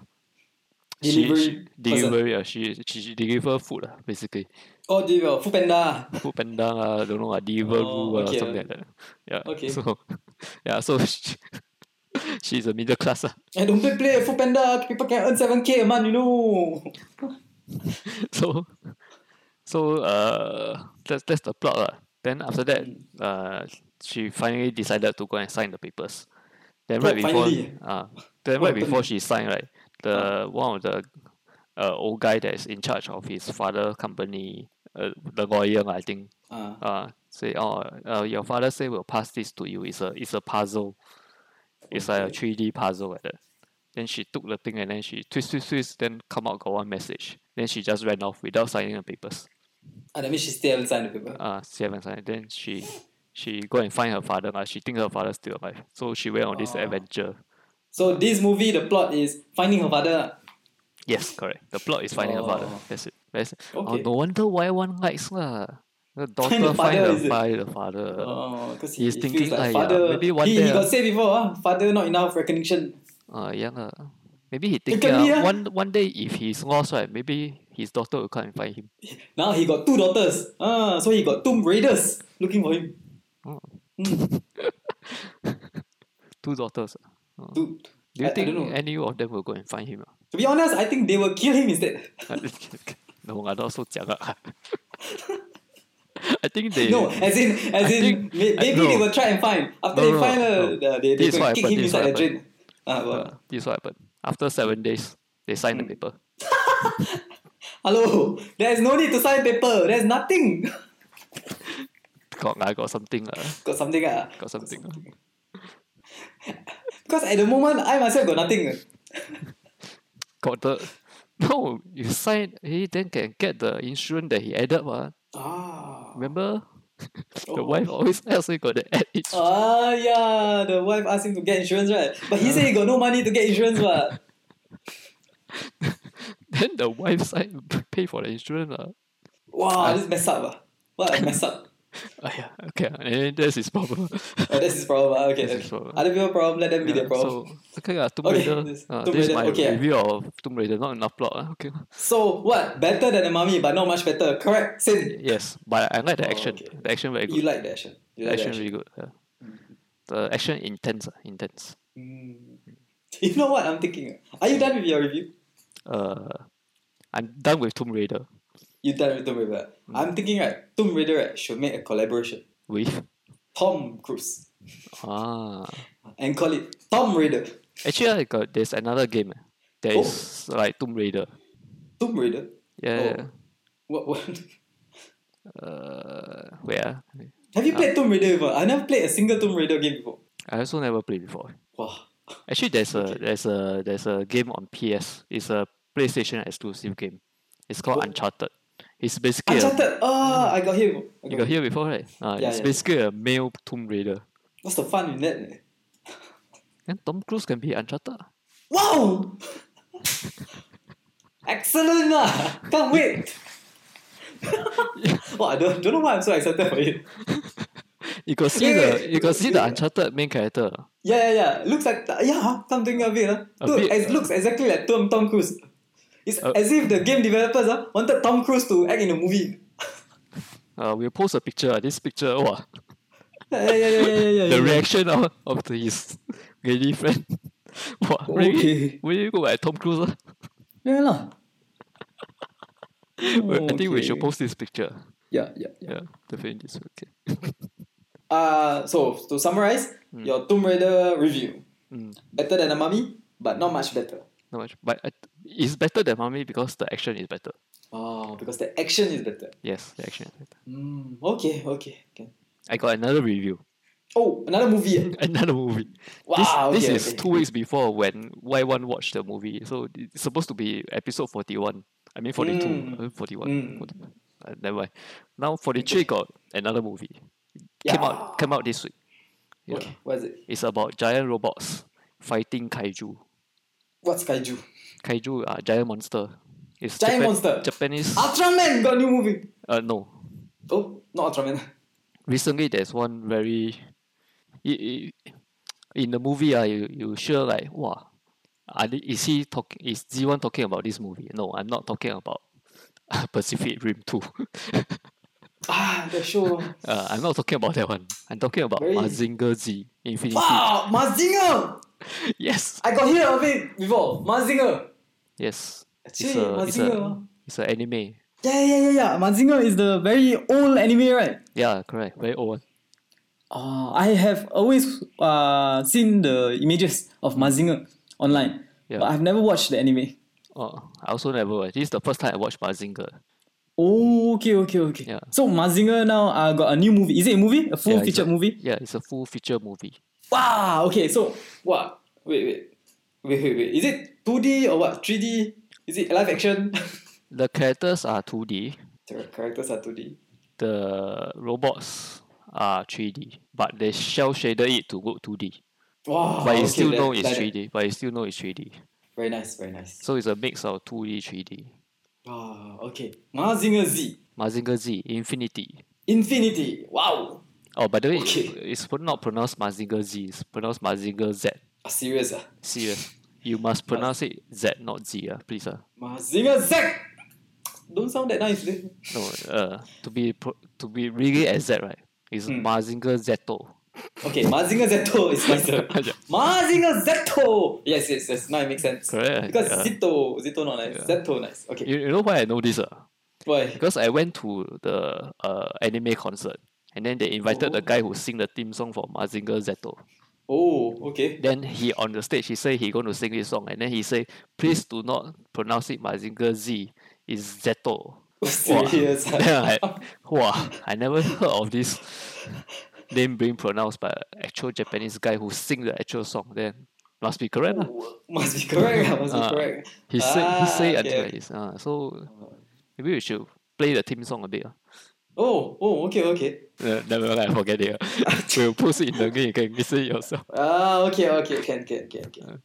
Speaker 2: she,
Speaker 1: Delivery
Speaker 2: she delivery uh, she, she she deliver food uh, basically
Speaker 1: Oh, they will. Food panda.
Speaker 2: food panda uh, don't know uh, deliver
Speaker 1: Oh, okay,
Speaker 2: something like that yeah
Speaker 1: Okay.
Speaker 2: so yeah so she, she's a middle class uh.
Speaker 1: I don't play play food panda. People can earn seven k a month. You know.
Speaker 2: so so uh that's that's the plot lah. Then after that, uh, she finally decided to go and sign the papers. Then right
Speaker 1: Oh,
Speaker 2: before,
Speaker 1: finally.
Speaker 2: uh, then
Speaker 1: What
Speaker 2: right before she signed, right, the one of the uh, old guy that is in charge of his father company, uh, the lawyer, lah, I think,
Speaker 1: Ah.
Speaker 2: uh, say, oh, uh, your father say we'll pass this to you. It's a it's a puzzle. It's like a
Speaker 1: Okay.
Speaker 2: three D puzzle like that. Then she took the thing and then she twist twist twist. Then come out got one message. Then she just ran off without signing the papers.
Speaker 1: ah, that means she still haven't signed the paper.
Speaker 2: Uh, she haven't signed. Then she she go and find her father. lah. she think her father's still alive. So she went on this
Speaker 1: Oh.
Speaker 2: adventure.
Speaker 1: So this movie, the plot is finding her father.
Speaker 2: Yes, correct. The plot is finding her father.
Speaker 1: Oh.
Speaker 2: That's it. That's it.
Speaker 1: Okay.
Speaker 2: Oh, no wonder why one likes lah. The daughter
Speaker 1: Find
Speaker 2: find
Speaker 1: the father,
Speaker 2: the
Speaker 1: is it?
Speaker 2: find the father.
Speaker 1: Oh, because he,
Speaker 2: He's
Speaker 1: he feels
Speaker 2: thinking,
Speaker 1: like
Speaker 2: "Aiya,
Speaker 1: father.
Speaker 2: maybe one
Speaker 1: he,
Speaker 2: day
Speaker 1: he
Speaker 2: ah."
Speaker 1: got say before, ah, father not enough recognition.
Speaker 2: Uh, yeah lah. Maybe he
Speaker 1: It
Speaker 2: thinking
Speaker 1: can be, ah.
Speaker 2: ah, one one day if he's lost right, maybe his daughter will come and find him.
Speaker 1: Now he got two daughters. Ah, so he got two raiders looking for him.
Speaker 2: Oh.
Speaker 1: Mm,
Speaker 2: Two daughters. ah. Oh.
Speaker 1: two.
Speaker 2: Do you
Speaker 1: I- I
Speaker 2: think
Speaker 1: don't know.
Speaker 2: any of them will go and find him? ah?
Speaker 1: To be honest, I think they will kill him instead.
Speaker 2: no, I not so jialat. I think they
Speaker 1: No, as in, as
Speaker 2: I
Speaker 1: in,
Speaker 2: think-
Speaker 1: may-
Speaker 2: I-
Speaker 1: maybe
Speaker 2: no.
Speaker 1: they will try and find. After
Speaker 2: No,
Speaker 1: they
Speaker 2: no,
Speaker 1: find,
Speaker 2: no,
Speaker 1: uh,
Speaker 2: no.
Speaker 1: the- they, they
Speaker 2: This is
Speaker 1: will
Speaker 2: what
Speaker 1: kick
Speaker 2: happened,
Speaker 1: him
Speaker 2: this is what
Speaker 1: inside the drain.
Speaker 2: happened.
Speaker 1: Ah, well.
Speaker 2: uh, this is what happened. After seven days, they signed
Speaker 1: Hmm.
Speaker 2: the paper.
Speaker 1: Hello, there's no need to sign paper. There's nothing.
Speaker 2: Got I got something uh,
Speaker 1: got something, ah.
Speaker 2: got something. ah.
Speaker 1: Because at the moment, I myself got nothing.
Speaker 2: Got the no, you sign he then can get the insurance that he added uh.
Speaker 1: Ah.
Speaker 2: Remember? the
Speaker 1: Oh.
Speaker 2: wife always asks you got the add it.
Speaker 1: Ah, yeah, the wife asked him to get insurance, right? But he said he got no money to get insurance, what?
Speaker 2: then the wife side pay for the insurance. Uh.
Speaker 1: Wow, this mess up. ah. What a mess up.
Speaker 2: yeah, okay, ah, and that's his problem.
Speaker 1: Oh, that's his problem. ah. Okay,
Speaker 2: That's
Speaker 1: okay.
Speaker 2: his problem.
Speaker 1: Other people problem, let them be their
Speaker 2: Yeah,
Speaker 1: problem.
Speaker 2: so okay, uh, Tomb
Speaker 1: Okay,
Speaker 2: Raider.
Speaker 1: this-
Speaker 2: ah,
Speaker 1: Tomb
Speaker 2: this is
Speaker 1: Raider,
Speaker 2: my
Speaker 1: okay.
Speaker 2: review of Tomb Raider. Not enough plot. ah, Okay.
Speaker 1: So, what? Better than the mummy, but not much better. Correct, Sin.
Speaker 2: Yes, but I like the
Speaker 1: Oh,
Speaker 2: action.
Speaker 1: okay.
Speaker 2: The action very
Speaker 1: You
Speaker 2: good.
Speaker 1: like the action. You
Speaker 2: the
Speaker 1: like
Speaker 2: action
Speaker 1: the action. Mm-hmm.
Speaker 2: really good. yeah. The action intense. ah, intense.
Speaker 1: Mm. You know what I'm thinking? ah? Are you done with your review?
Speaker 2: Uh, I'm done with Tomb Raider.
Speaker 1: You done with Tomb Raider?
Speaker 2: Mm.
Speaker 1: I'm thinking, right? Tomb Raider right, should make a collaboration.
Speaker 2: With
Speaker 1: Tom Cruise.
Speaker 2: ah,
Speaker 1: And call it Tom Raider.
Speaker 2: actually, I got there's another game. eh, That
Speaker 1: Oh.
Speaker 2: is like Tomb Raider.
Speaker 1: Tomb Raider?
Speaker 2: Yeah. yeah,
Speaker 1: What? what?
Speaker 2: yeah. Uh, where? ah?
Speaker 1: Have you played Tomb Raider before? I never played a single Tomb Raider game before.
Speaker 2: I also never played before.
Speaker 1: Wow.
Speaker 2: Actually, there's a there's a there's a game on PS. It's a PlayStation exclusive game. It's called
Speaker 1: Oh.
Speaker 2: Uncharted. It's basically a-
Speaker 1: Uncharted! Ah, I got him. I
Speaker 2: you
Speaker 1: got
Speaker 2: got hear before, right? Uh,
Speaker 1: Yeah,
Speaker 2: it's
Speaker 1: yeah.
Speaker 2: basically a male Tomb Raider.
Speaker 1: What's the fun in that? man?
Speaker 2: And Tom Cruise can be Uncharted.
Speaker 1: Wow! Excellent! Ah. Can't wait! wow, I don't, don't know why I'm so excited for it.
Speaker 2: You can see
Speaker 1: Wait,
Speaker 2: the
Speaker 1: wait,
Speaker 2: you can see the
Speaker 1: wait.
Speaker 2: Uncharted main character.
Speaker 1: Yeah, yeah, yeah. Looks like. Yeah, something a bit. ah.
Speaker 2: A
Speaker 1: Dude,
Speaker 2: bit,
Speaker 1: it
Speaker 2: uh.
Speaker 1: looks exactly like Tom, Tom Cruise. It's
Speaker 2: Uh.
Speaker 1: as if the game developers ah wanted Tom Cruise to act in a movie.
Speaker 2: Uh, we'll post a picture. This picture, wow,
Speaker 1: yeah, yeah, yeah, yeah, yeah,
Speaker 2: the
Speaker 1: yeah.
Speaker 2: reaction of, of the his lady friend. What?
Speaker 1: Okay.
Speaker 2: Really? Really go like Tom Cruise? ah?
Speaker 1: Yeah lah.
Speaker 2: Well, I think we should
Speaker 1: Okay.
Speaker 2: post this picture.
Speaker 1: Yeah, yeah, yeah.
Speaker 2: Yeah, definitely. This okay.
Speaker 1: Uh, so to summarize,
Speaker 2: Hmm.
Speaker 1: your Tomb Raider review
Speaker 2: Mm,
Speaker 1: better than a mummy, but not much better.
Speaker 2: not much, but I, it's better than Mummy because the action is better.
Speaker 1: Oh, because the action is better.
Speaker 2: Yes, the action is better. Hmm.
Speaker 1: Mm, okay, okay, okay.
Speaker 2: I got another review,
Speaker 1: Oh, another movie. eh?
Speaker 2: another movie.
Speaker 1: Wow,
Speaker 2: this,
Speaker 1: okay,
Speaker 2: this is
Speaker 1: okay.
Speaker 2: two weeks before when Y1 watched the movie, so it's supposed to be episode 41. I mean 42,
Speaker 1: Mm.
Speaker 2: uh, 41.
Speaker 1: Mm.
Speaker 2: 41. Uh, never mind. Now 43 got another movie. Came out came out this week. Yeah.
Speaker 1: Okay, what is it?
Speaker 2: It's about giant robots fighting kaiju.
Speaker 1: What's kaiju?
Speaker 2: Kaiju are giant monster. It's
Speaker 1: Giant monster. Ah.
Speaker 2: Japanese.
Speaker 1: Ultraman got new movie.
Speaker 2: Uh, no.
Speaker 1: Oh, not Ultraman.
Speaker 2: Recently, there's one very. i- i- In the movie, uh, you, you sure like, wow, are they, is he talking? Is G1 talking about this movie? No, I'm not talking about Pacific Rim 2.
Speaker 1: Ah, the show.
Speaker 2: uh, I'm not talking about that one. I'm talking about
Speaker 1: Very-
Speaker 2: Mazinger Z Infinity.
Speaker 1: Wow, Mazinger!
Speaker 2: Yes.
Speaker 1: I got heard of it before. Mazinger.
Speaker 2: Yes. It's
Speaker 1: Actually,
Speaker 2: a, it's, a,
Speaker 1: Mazinger-
Speaker 2: it's a anime.
Speaker 1: Yeah, yeah, yeah, yeah. Mazinger is the very old anime, right?
Speaker 2: Yeah, correct. Very old one.
Speaker 1: Oh, I have always uh, seen the images of Mazinger online,
Speaker 2: Yeah.
Speaker 1: but I've never watched the anime.
Speaker 2: Oh, I also never. watch. This is the first time I watched Mazinger.
Speaker 1: Oh, okay, okay, okay.
Speaker 2: Yeah.
Speaker 1: So Mazinger now uh, got a new movie. Is it a movie? A full
Speaker 2: Yeah, it's
Speaker 1: feature
Speaker 2: a-
Speaker 1: movie?
Speaker 2: Yeah, it's a full feature movie.
Speaker 1: Wow. Okay. So what? Wait, wait, wait, wait, wait. Is it two D or what? Three D? Is it live action?
Speaker 2: The characters are 2D,
Speaker 1: the characters are two D.
Speaker 2: the robots are 3D, but they shell shaded it to look 2D.
Speaker 1: Wow.
Speaker 2: But you
Speaker 1: Oh, okay,
Speaker 2: still
Speaker 1: like-
Speaker 2: know it's
Speaker 1: like that.
Speaker 2: 3D, but you still know it's 3D.
Speaker 1: Very nice. Very nice.
Speaker 2: So it's a mix of 2D, 3D.
Speaker 1: Wow. Okay. Mazinger Z
Speaker 2: Mazinger Z, Infinity.
Speaker 1: Infinity. Wow.
Speaker 2: Oh, by the way,
Speaker 1: Okay.
Speaker 2: it's pro- not pronounced Mazinger Z, it's pronounced Mazinger Z.
Speaker 1: Ah, serious ah.
Speaker 2: Serious. You must pronounce it Z, not Z, uh, please. Uh.
Speaker 1: Mazinger Z. Don't sound that nice. eh?
Speaker 2: No, uh, to be pro- to be really exact, right? It's
Speaker 1: Hmm.
Speaker 2: Mazinger Zeto.
Speaker 1: Okay, Mazinger Zeto is nicer.
Speaker 2: Yeah.
Speaker 1: Mazinger Zeto! Yes, yes, yes. Now it makes sense.
Speaker 2: Correct,
Speaker 1: Because
Speaker 2: yeah.
Speaker 1: Zito, Zito not nice.
Speaker 2: Yeah.
Speaker 1: Zeto nice. Okay.
Speaker 2: You, you know why I know this? Uh?
Speaker 1: Why?
Speaker 2: Because I went to the uh, anime concert and then they invited the
Speaker 1: Oh.
Speaker 2: guy who sing the theme song for Mazinger Zeto.
Speaker 1: Oh, okay.
Speaker 2: Then he on the stage he said he going to sing this song and then he said please do not pronounce it Mazinger Z it's Zeto.
Speaker 1: Serious.
Speaker 2: then I, wow, I never heard of this name being pronounced by an actual Japanese guy who sing the actual song. Then must be correct. lah.
Speaker 1: Must be correct. ah, Must be
Speaker 2: Ah.
Speaker 1: correct.
Speaker 2: He said he said
Speaker 1: Ah,
Speaker 2: until
Speaker 1: okay.
Speaker 2: like this. Uh, so maybe we should play the theme song a bit. ah.
Speaker 1: Oh, oh, okay, okay.
Speaker 2: Uh, never mind, forget it. ah. we'll post it in the game, you can listen it yourself.
Speaker 1: Ah, okay, okay, can, can, can, can.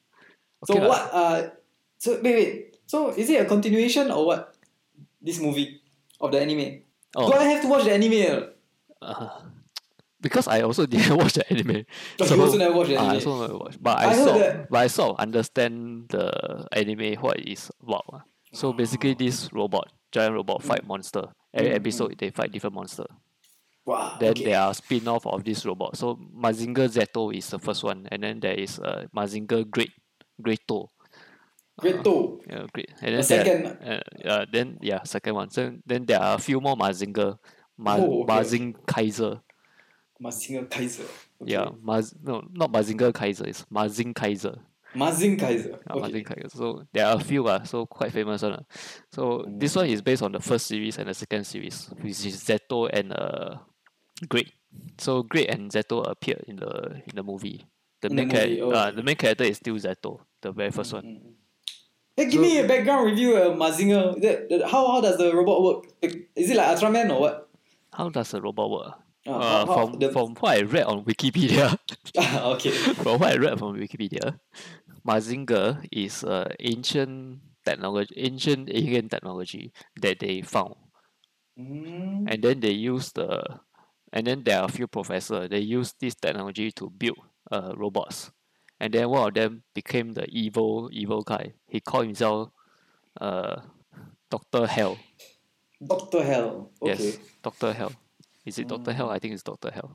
Speaker 1: So
Speaker 2: Okay lah.
Speaker 1: what? Uh, so wait, wait. So is it a continuation or what? This movie of the anime.
Speaker 2: Oh.
Speaker 1: Do I have to watch the anime? or-
Speaker 2: Uh, because I also didn't watch the anime.
Speaker 1: Oh, you also never watch the
Speaker 2: Ah, I
Speaker 1: anime.
Speaker 2: also never watch. But
Speaker 1: I
Speaker 2: I,
Speaker 1: heard
Speaker 2: saw
Speaker 1: that-
Speaker 2: but I sort of understand the anime what it's about. ah. So basically this robot, giant robot fight monster. Every episode they fight different monster.
Speaker 1: Wow. Mm.
Speaker 2: Then
Speaker 1: Ah, okay.
Speaker 2: there are spin-off of this robot. So Mazinger Zeto is the first one, and then there is uh, Mazinger Great Greato.
Speaker 1: Great toe.
Speaker 2: Yeah, great. And then
Speaker 1: second
Speaker 2: there, uh, uh, then yeah, second one. So then there are a few more Mazinger, Ma-
Speaker 1: Oh, okay.
Speaker 2: Mazing Kaiser.
Speaker 1: Mazinger Kaiser. Okay.
Speaker 2: Yeah, Maz no, not Mazinger Kaiser. It's Mazing Kaiser.
Speaker 1: Mazing Kaiser.
Speaker 2: Yeah,
Speaker 1: Okay.
Speaker 2: Mazing Kaiser. So there are a few uh, so quite famous one. ah. So this one is based on the first series and the second series, which is Zeto and uh, Great. So Great and Zeto appeared in the in the movie. The
Speaker 1: In the
Speaker 2: main
Speaker 1: movie,
Speaker 2: character,
Speaker 1: oh,
Speaker 2: uh, the main character is still Zeto, the very first one.
Speaker 1: Hey, give me a background review of Mazinger. Is it- that- how, how does the robot work? Like, Is it like Ultraman or what?
Speaker 2: How does the robot work?
Speaker 1: Uh,
Speaker 2: Uh,
Speaker 1: how- how-
Speaker 2: from
Speaker 1: the-
Speaker 2: from what I read on Wikipedia,
Speaker 1: Ah, okay.
Speaker 2: from what I read from Wikipedia, Mazinger is uh, ancient technology, ancient alien technology that they found,
Speaker 1: Mm,
Speaker 2: and then they use the, and then there are a few professors. They use this technology to build uh, robots, and then one of them became the evil evil guy. He called himself, uh, Doctor Hell.
Speaker 1: Doctor Hell. Okay. Mm.
Speaker 2: Yes, Doctor Hell. Is it Doctor Hell? I think it's Doctor Hell.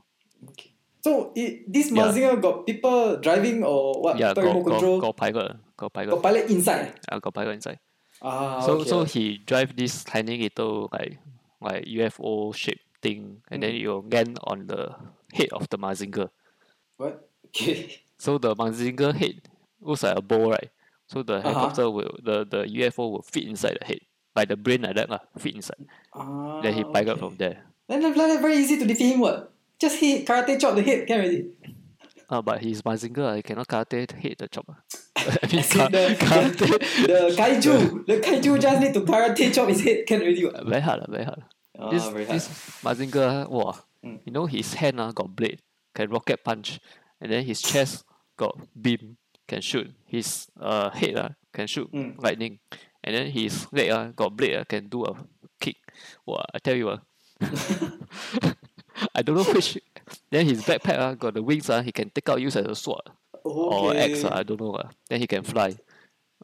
Speaker 1: okay. So it, this
Speaker 2: Yeah.
Speaker 1: Mazinger got people driving or what?
Speaker 2: yeah,
Speaker 1: people
Speaker 2: got,
Speaker 1: remote
Speaker 2: got,
Speaker 1: control.
Speaker 2: got pilot, got pilot,
Speaker 1: got pilot inside.
Speaker 2: yeah, got pilot inside.
Speaker 1: Ah,
Speaker 2: so
Speaker 1: okay.
Speaker 2: so he drive this tiny little like like UFO shaped thing,
Speaker 1: Mm。
Speaker 2: and then it will land on the head of the Mazinger.
Speaker 1: what? Okay.
Speaker 2: So the Mazinger head looks like a bowl, right? So
Speaker 1: Uh-huh。
Speaker 2: the helicopter will the, the UFO will fit inside the head, like the brain like that lah, fit inside.
Speaker 1: Ah,
Speaker 2: then he pilot
Speaker 1: okay.
Speaker 2: from there.
Speaker 1: Then like that very easy to defeat him. What? Just hit karate chop the head. Can already.
Speaker 2: Ah, but he's Mazinger, I cannot karate hit the chop. ah. I mean,
Speaker 1: As in
Speaker 2: ka-
Speaker 1: the-
Speaker 2: karate
Speaker 1: The kaiju, the kaiju just need to karate chop his head. Can already. What?
Speaker 2: very hard, ah, very hard.
Speaker 1: Ah,
Speaker 2: this
Speaker 1: very hard.
Speaker 2: this Mazinger, wow,
Speaker 1: Mm.
Speaker 2: you know his hand ah, got blade, can rocket punch, and then his chest got beam, can shoot. His uh head ah, can shoot
Speaker 1: Mm.
Speaker 2: lightning, and then his leg ah, got blade ah, can do a kick. Wow, I tell you ah. I don't know which. Then his backpack ah, got the wings ah, he can take out use as a sword or axe ah, I don't know ah. Then he can fly.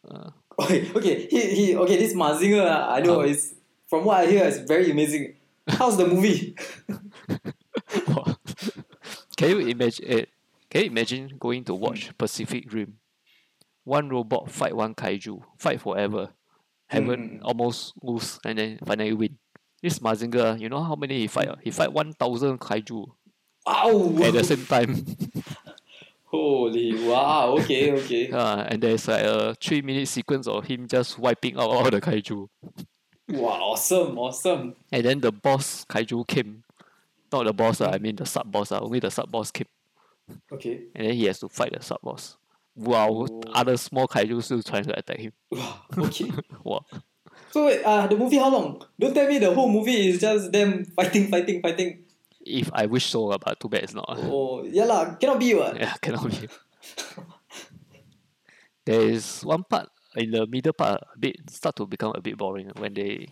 Speaker 1: Okay, okay, he, he, okay, this Mazinger, ah, I know,
Speaker 2: Ah.
Speaker 1: is from what I hear, it's very amazing. How's the movie?
Speaker 2: Wow. can you imagine? eh, Can you imagine going to watch Pacific Rim? One robot fight one kaiju, fight forever, haven't almost lose, and then finally win. This Mazinger, ah, you know how many he fight? ah? He fight one thousand kaiju
Speaker 1: Wow!
Speaker 2: at the same time.
Speaker 1: Holy wow, okay, okay.
Speaker 2: Ah, and there's like a three minute sequence of him just wiping out all the kaiju.
Speaker 1: Wow, awesome, awesome.
Speaker 2: And then the boss kaiju came. Not the boss, ah, I mean the sub boss, ah, only the sub boss came.
Speaker 1: Okay.
Speaker 2: And then he has to fight the sub boss. While
Speaker 1: Oh.
Speaker 2: other small kaiju still trying to attack him.
Speaker 1: Wow, okay.
Speaker 2: Wow.
Speaker 1: so wait, uh, the movie how long? Don't tell me the whole movie is just them fighting, fighting, fighting.
Speaker 2: If I wish so, ah, but too bad it's not. ah.
Speaker 1: Oh, yeah lah, cannot be what?
Speaker 2: Yeah, cannot be. there is one part in the middle part ah, a bit start to become a bit boring ah, when they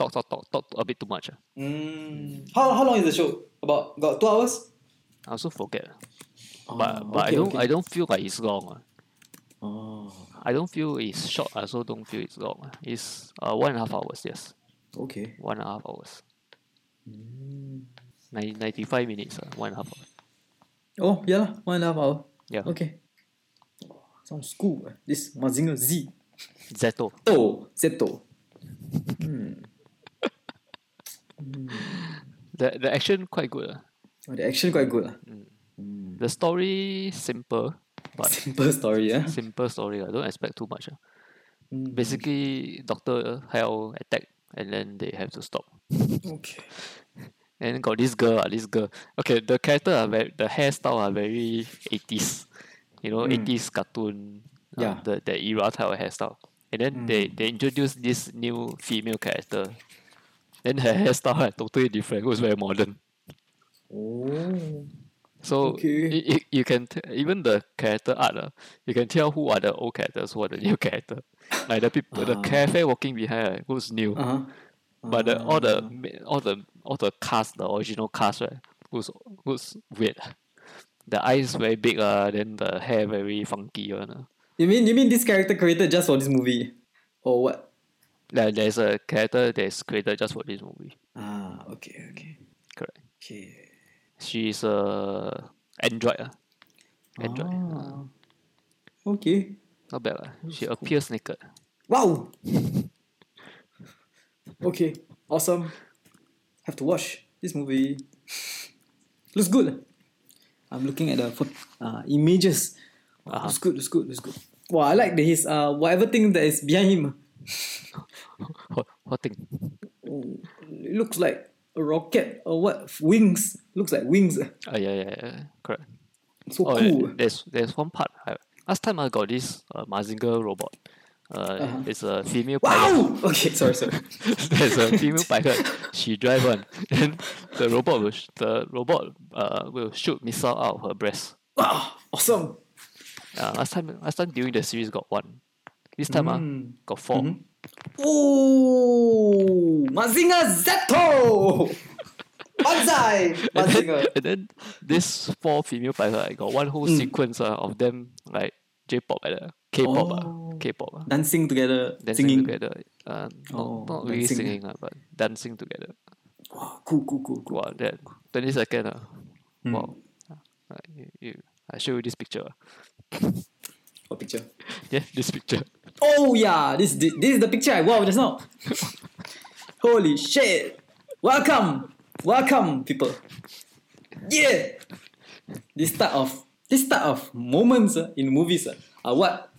Speaker 2: talk talk talk talk a bit too much. ah.
Speaker 1: Mm. How, how long is the show? About, got two hours?
Speaker 2: I also forget. ah. But
Speaker 1: Oh,
Speaker 2: but I
Speaker 1: okay,
Speaker 2: don't
Speaker 1: okay.
Speaker 2: I don't feel like it's long. ah.
Speaker 1: Oh,
Speaker 2: I don't feel it's short. I also don't feel it's long. It's uh, one and a half hours. Yes,
Speaker 1: okay.
Speaker 2: one and a half hours. Nin- Ninety-five minutes. Uh, one and a half. Hours.
Speaker 1: Oh, yeah lah, one and a half hour.
Speaker 2: Yeah.
Speaker 1: Okay. Sounds cool. eh. This Mazinger Z.
Speaker 2: Zeto.
Speaker 1: Oh, Zeto. Hmm.
Speaker 2: The the action quite good. ah.
Speaker 1: Oh, the action quite good. ah.
Speaker 2: The story simple, but
Speaker 1: Simple story, yeah.
Speaker 2: simple story. I don't expect too much. ah.
Speaker 1: Mm.
Speaker 2: Basically, Doctor uh, Hell attack, and then they have to stop.
Speaker 1: Okay.
Speaker 2: And got this girl, ah, this girl. Okay, the character are very, the hairstyle are very 80s. You know, 80s cartoon. uh,
Speaker 1: Hmm. Yeah. Hmm.
Speaker 2: the, the era type of hairstyle. And then they, they introduced this new female character. Then her hairstyle are totally different. It was very modern.
Speaker 1: Oh.
Speaker 2: So
Speaker 1: Okay.
Speaker 2: y- y- you can t- even the character art, uh, you can tell who are the old characters, who are the new character. Like the people,
Speaker 1: Ah.
Speaker 2: the cafe walking behind, right, who's new.
Speaker 1: Uh-huh.
Speaker 2: But the, all the ma- all the all the cast, the original cast, right? Who's who's weird. The eyes very big, uh, then the hair very funky one. Uh.
Speaker 1: You mean you mean this character created just for this movie? Or what?
Speaker 2: Like there's a character that's created just for this movie.
Speaker 1: Ah, okay, okay.
Speaker 2: Correct.
Speaker 1: Okay.
Speaker 2: She's a android. Uh. Android. uh,
Speaker 1: Ah. Okay.
Speaker 2: Not bad. Uh. She appears naked.
Speaker 1: Wow. okay. Awesome. Have to watch this movie. Looks good. I'm looking at the pho- uh, images.
Speaker 2: Uh-huh.
Speaker 1: Looks good. Looks good. Looks good. Wow, I like the, his uh whatever thing that is behind him.
Speaker 2: What, what thing?
Speaker 1: Oh, it looks like a rocket or what? Wings. Looks like wings.
Speaker 2: Oh yeah, yeah, yeah. Correct.
Speaker 1: So
Speaker 2: Oh, yeah,
Speaker 1: cool.
Speaker 2: there's there's one part. I, last time I got this uh, Mazinger robot. Uh, It's a female pilot.
Speaker 1: Wow. Okay. Sorry. Sorry.
Speaker 2: there's a female pilot. She drive one. Then the robot will sh- the robot uh, will shoot missile out of her breast.
Speaker 1: wow. Awesome.
Speaker 2: Uh, last time last time during the series got one. This time ah
Speaker 1: Hmm.
Speaker 2: got 4
Speaker 1: Mm-hmm. Oh, Mazinger Zeto. Banzai.
Speaker 2: And then,
Speaker 1: Mazinger.
Speaker 2: and then this four female pilot, I got one whole
Speaker 1: Hmm.
Speaker 2: sequence uh, of them like J-pop, uh, K-pop,
Speaker 1: Oh.
Speaker 2: uh, K-pop. Uh.
Speaker 1: Dancing together,
Speaker 2: dancing
Speaker 1: singing.
Speaker 2: together. Uh, not,
Speaker 1: Oh,
Speaker 2: not really
Speaker 1: dancing.
Speaker 2: singing, uh, but dancing together.
Speaker 1: Wow, cool, cool, cool, cool. Hmm.
Speaker 2: Wow, that 20 second. Uh. Wow. I show you this picture.
Speaker 1: What picture?
Speaker 2: Yeah, this picture.
Speaker 1: Oh yeah, this this, this is the picture I wow just now. Holy shit! Welcome, welcome people. Yeah, this type of this type of moments ah, in movies ah, are what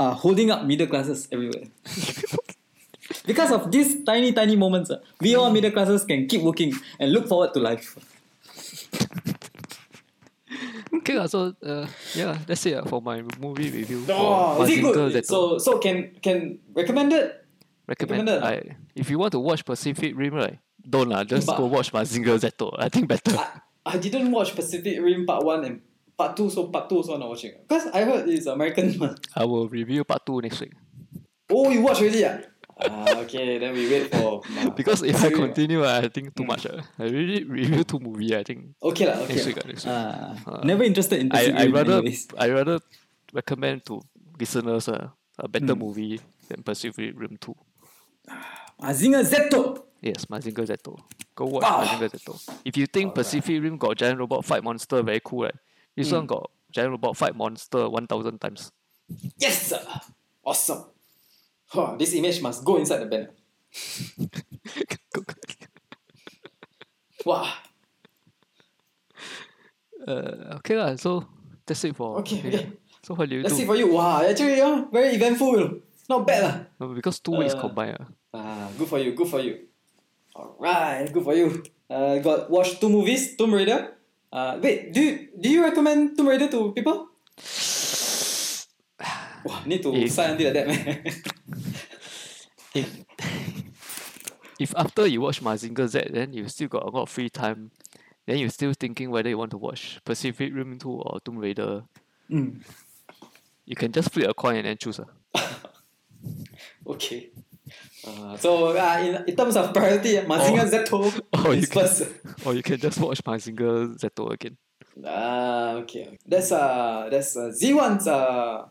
Speaker 1: are holding up middle classes everywhere. because of these tiny tiny moments, ah, we all middle classes can keep working and look forward to life.
Speaker 2: Okay, lah, so uh, yeah, that's it uh, for my movie review.
Speaker 1: Oh,
Speaker 2: for
Speaker 1: is it
Speaker 2: Mazinger
Speaker 1: good?
Speaker 2: Zetto.
Speaker 1: So so can can recommended.
Speaker 2: recommend.
Speaker 1: recommended ah?
Speaker 2: I, if you want to watch Pacific Rim, right? Don't lah. Just
Speaker 1: But-
Speaker 2: go watch Mazinger Zetto. I think better.
Speaker 1: I, I didn't watch Pacific Rim Part 1 and Part 2, so Part 2 also not watching. Because I heard it's American one.
Speaker 2: I will review part two next week.
Speaker 1: Oh, you watch already? Ah, Ah, okay, then we wait for. nah.
Speaker 2: Because if I
Speaker 1: Sorry,
Speaker 2: continue, I think too much. Uh. I really review two movie. I think
Speaker 1: Okay, lah, okay.
Speaker 2: Next week,
Speaker 1: lah.
Speaker 2: ah, next
Speaker 1: Ah,
Speaker 2: Ah.
Speaker 1: never interested in Pacific
Speaker 2: I I
Speaker 1: Rim
Speaker 2: rather
Speaker 1: anyways.
Speaker 2: I rather recommend to listeners uh, a better
Speaker 1: Hmm.
Speaker 2: movie than Pacific Rim two.
Speaker 1: Mazinger Zetto!
Speaker 2: Yes, Mazinger Zetto. Go watch
Speaker 1: Wow.
Speaker 2: Mazinger Zetto. If you think Pacific Rim got giant robot fight monster very cool, right? This
Speaker 1: Hmm.
Speaker 2: one got giant robot fight monster one thousand times.
Speaker 1: Yes, sir! Awesome! Huh, this image must go inside the banner. Wow!
Speaker 2: uh, okay lah. So that's it for
Speaker 1: Okay,
Speaker 2: yeah.
Speaker 1: okay.
Speaker 2: So what do you
Speaker 1: That's it
Speaker 2: do?
Speaker 1: for you. Wow, actually, ah, very eventful. you know. Not bad. lah.
Speaker 2: No, because two weeks
Speaker 1: Uh,
Speaker 2: combined. ah.
Speaker 1: Ah, good for you, good for you. Alright, good for you. Uh, got watch two movies, Tomb Raider. Uh, wait, do you, do you recommend Tomb Raider to people? Wah, need to
Speaker 2: If-
Speaker 1: sign until like that, man.
Speaker 2: If if after you watch Mazinger Z, then you still got a lot of free time, then you're still thinking whether you want to watch Pacific Rim two or Tomb Raider.
Speaker 1: Mm.
Speaker 2: You can just flip a coin and then choose. ah.
Speaker 1: okay. Uh, so, uh, in, in terms of priority, Mazinger
Speaker 2: Oh.
Speaker 1: Zetto
Speaker 2: Oh, you
Speaker 1: is
Speaker 2: can-
Speaker 1: first.
Speaker 2: Or you can just watch Mazinger Zetto again.
Speaker 1: Ah, okay. That's uh that's uh, Z1's uh,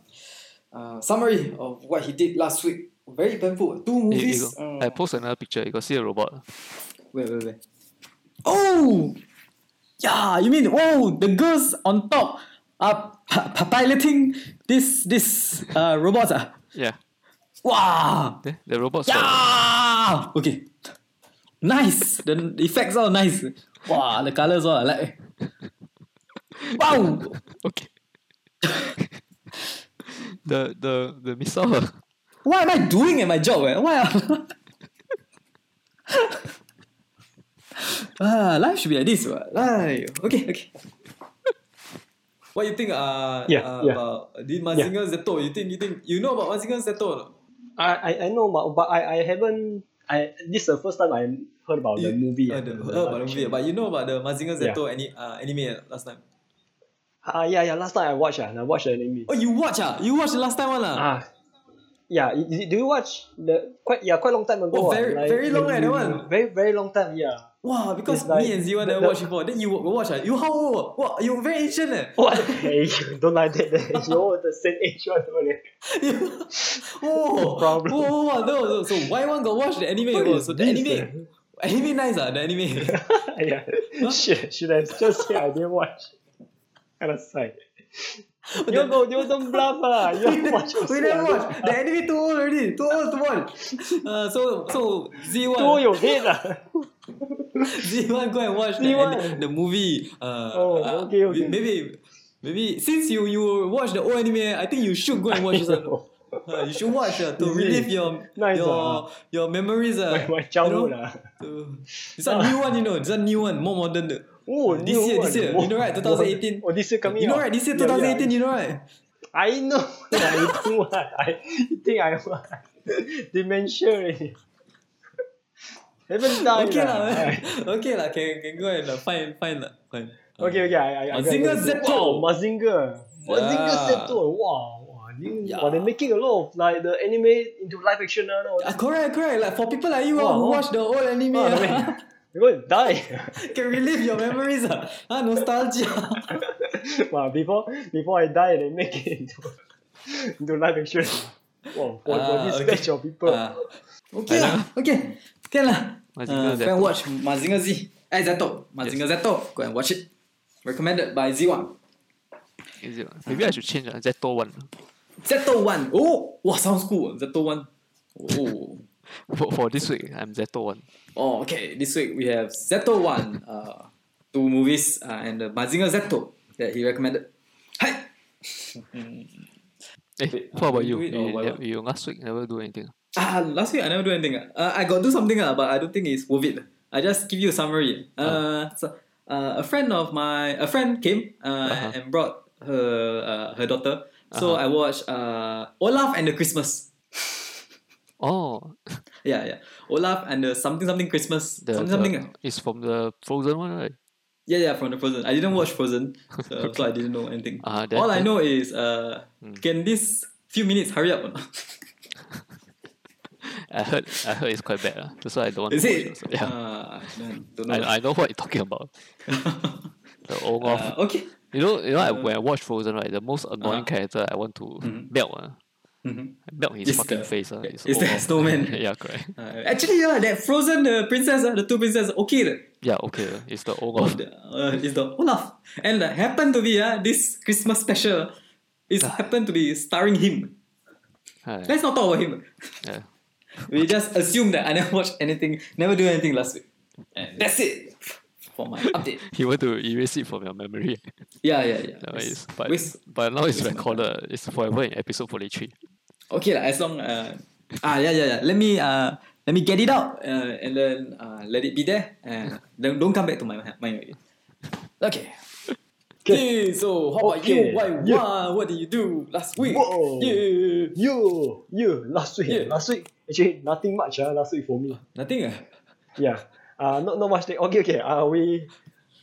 Speaker 1: uh, summary of what he did last week. Very painful. Two
Speaker 2: You- you
Speaker 1: movies.
Speaker 2: got-
Speaker 1: uh,
Speaker 2: I post another picture. You got see a robot.
Speaker 1: Wait, wait, wait. Oh! Yeah, you mean oh the girls on top are p- p- piloting this this uh robots ah.
Speaker 2: Yeah.
Speaker 1: Wow!
Speaker 2: There, the robot's got-
Speaker 1: Yeah! Okay. Nice. The effects all nice. Wow, the colors all I like. Wow!
Speaker 2: okay. the the the missile. ah.
Speaker 1: What am I doing at my job? Eh? Why? am- ah, life should be like this. What? Life. Okay, okay. What you think? Uh,
Speaker 3: Yeah,
Speaker 1: uh,
Speaker 3: yeah.
Speaker 1: about the Mazinger Zetto. You think you think you know about Mazinger Zetto? or not?
Speaker 3: I, I, I know, but, but I, I haven't. I this is the first time I heard about the
Speaker 1: You-
Speaker 3: movie.
Speaker 1: Uh,
Speaker 3: ah,
Speaker 1: the, uh,
Speaker 3: the
Speaker 1: about the
Speaker 3: live
Speaker 1: movie,
Speaker 3: action.
Speaker 1: but you know about the Mazinger
Speaker 3: Yeah.
Speaker 1: Zetto any uh, anime uh, last time.
Speaker 3: Ah yeah yeah. Last time I watched ah, I watched the anime.
Speaker 1: Oh, you watch ah? You watch the last time one lah.
Speaker 3: Ah, yeah. i- i- Do you watch the quite yeah quite long time ago?
Speaker 1: Oh,
Speaker 3: ah,
Speaker 1: very- very long eh, that one.
Speaker 3: Very very long time. Yeah.
Speaker 1: Wow, because
Speaker 3: It's like
Speaker 1: me and Ziwan
Speaker 3: the-
Speaker 1: never
Speaker 3: the-
Speaker 1: watch before. Then you wa- watch ah? You how old? Wow, you very ancient eh.
Speaker 3: What? hey, don't like that. eh. You're the same age one. only.
Speaker 1: oh,
Speaker 3: problem.
Speaker 1: Whoa, whoa, whoa, no, no. So why one got watch the anime?
Speaker 3: What
Speaker 1: bro?
Speaker 3: is
Speaker 1: so the
Speaker 3: this, eh? uh,
Speaker 1: anime, anime nice ah, the anime.
Speaker 3: yeah. Should, should have just said I didn't watch. Kind of side. You
Speaker 1: the-
Speaker 3: go, you don't bluff lah.
Speaker 1: we never
Speaker 3: You watch.
Speaker 1: watch. We never watch. The anime too old already. Too old to watch. Uh, so so Z
Speaker 3: Do
Speaker 1: one
Speaker 3: your head uh, lah.
Speaker 1: Z one go and watch the,
Speaker 3: Z1.
Speaker 1: an- the movie. Uh,
Speaker 3: Oh,
Speaker 1: uh,
Speaker 3: okay, okay.
Speaker 1: Maybe maybe since you you watch the old anime, I think you should go and watch this one.
Speaker 3: Oh,
Speaker 1: Uh, you should watch uh, to
Speaker 3: Is it?
Speaker 1: relive your
Speaker 3: Nice ah.
Speaker 1: your your memories. Uh,
Speaker 3: my, my
Speaker 1: you know,
Speaker 3: childhood ah. lah.
Speaker 1: to- It's a new one, you know. It's a new one, more modern. the-
Speaker 3: Oh,
Speaker 1: This
Speaker 3: new
Speaker 1: year,
Speaker 3: one.
Speaker 1: this year. You know right, 2018.
Speaker 3: Oh, this year coming
Speaker 1: You know
Speaker 3: out.
Speaker 1: right? This year,
Speaker 3: Yeah, yeah.
Speaker 1: 2018. You know right?
Speaker 3: I know. I do what I think I what dementia already. Haven't died ah.
Speaker 1: okay
Speaker 3: lah.
Speaker 1: lah, okay lah. Can can go and uh, find find lah. Find.
Speaker 3: Okay, okay. I, I, I
Speaker 1: Mazinger Zetto.
Speaker 3: Wow, Mazinger. Mazinger
Speaker 1: Yeah.
Speaker 3: Zetto. Wow. wow, New,
Speaker 1: Yeah.
Speaker 3: wow, they're making a lot of like the anime into live action now. now.
Speaker 1: Ah, correct, correct. Like for people like you ah,
Speaker 3: Wow.
Speaker 1: who watch the old anime,
Speaker 3: Wow,
Speaker 1: ah,
Speaker 3: Oh. man. You're going to die.
Speaker 1: can relive your memories. Ah, Ah, nostalgia.
Speaker 3: wow, before before I die, they make it into, into live action. Wow, for,
Speaker 1: Ah,
Speaker 3: for this
Speaker 1: okay.
Speaker 3: batch of people.
Speaker 1: Ah. okay lah, okay, can lah.
Speaker 2: Mazinger
Speaker 1: Uh, go
Speaker 2: Zetto.
Speaker 1: and watch Mazinger Z. Eh, Zetto. Mazinger Zetto. Go and watch it. Recommended by Z1.
Speaker 2: Is it? Maybe I should change uh, Zetto one.
Speaker 1: Zetto one. Oh, wow, sounds cool. Zetto one. Oh.
Speaker 2: For, for this week, I'm Zetto one.
Speaker 1: Oh, okay. This week we have Zetto One, uh, two movies, uh, and the Mazinger Zetto that he recommended. Hi.
Speaker 2: Eh,
Speaker 1: Wait,
Speaker 2: what
Speaker 1: uh,
Speaker 2: about
Speaker 1: we
Speaker 2: you?
Speaker 1: do it or
Speaker 2: You,
Speaker 1: what-
Speaker 2: ne-
Speaker 1: what?
Speaker 2: you last week never do anything.
Speaker 1: Ah, last week I never do anything. ah. Uh, I got do something, uh, but I don't think it's worth it. I just give you a summary.
Speaker 2: Oh.
Speaker 1: Uh, so, uh, a friend of my a friend came uh,
Speaker 2: Uh-huh.
Speaker 1: and brought her uh, her daughter. So
Speaker 2: Uh-huh.
Speaker 1: I watched uh, Olaf and the Christmas.
Speaker 2: Oh,
Speaker 1: Yeah, yeah. Olaf and the something something Christmas.
Speaker 2: the,
Speaker 1: something
Speaker 2: the-
Speaker 1: something. ah.
Speaker 2: it's from the Frozen one, right?
Speaker 1: Yeah, yeah, from the Frozen. I didn't watch Frozen, so, so I didn't know anything.
Speaker 2: Uh, that,
Speaker 1: All I
Speaker 2: that-
Speaker 1: know is, uh,
Speaker 2: Hmm.
Speaker 1: can this few minutes hurry up? or not?
Speaker 2: I heard, I heard it's quite bad. Uh. That's why I don't want
Speaker 1: Is
Speaker 2: to watch
Speaker 1: it?
Speaker 2: also. Yeah,
Speaker 1: Uh, don't, don't know.
Speaker 2: I, I know what you're talking about. The old off.
Speaker 1: Uh, okay.
Speaker 2: you know, you know, I,
Speaker 1: uh,
Speaker 2: when I watch Frozen, right, the most annoying
Speaker 1: uh-huh.
Speaker 2: character I want to
Speaker 1: Mhm.
Speaker 2: melt, uh,
Speaker 1: Mhm.
Speaker 2: melt his
Speaker 1: Is
Speaker 2: fucking
Speaker 1: the-
Speaker 2: face. Uh,
Speaker 1: is the
Speaker 2: Olaf.
Speaker 1: snowman.
Speaker 2: yeah, correct.
Speaker 1: Uh, actually, yeah, that Frozen uh, princess, uh, the two princesses, okay. the-
Speaker 2: Yeah, okay. uh, It's the old
Speaker 1: of the, uh, is the Olaf. And uh, happened to be uh, this Christmas special is
Speaker 2: Ah.
Speaker 1: happened to be starring him. Let's not talk about him.
Speaker 2: yeah.
Speaker 1: We just assume that I never watched anything, never do anything last week. And that's it for my update.
Speaker 2: You want to erase it from your memory.
Speaker 1: Yeah, yeah, yeah.
Speaker 2: No,
Speaker 1: It's-
Speaker 2: it's, but,
Speaker 1: waste-
Speaker 2: but now it's
Speaker 1: waste my time.
Speaker 2: recorded. It's forever in episode 43.
Speaker 1: Okay lah, as long uh, ah yeah yeah yeah. Let me uh let me get it out uh, and then uh, let it be there and then don't come back to my mind again. Okay. Okay, so how about
Speaker 3: Okay,
Speaker 1: you? Why
Speaker 3: yeah.
Speaker 1: why? What did you do last week?
Speaker 3: Whoa.
Speaker 1: Yeah.
Speaker 3: You, you, last week,
Speaker 1: Yeah.
Speaker 3: last week, actually nothing much uh, last week for me.
Speaker 1: Nothing. ah.
Speaker 3: Yeah, uh, not, not much. Thing. Okay, okay, uh, we,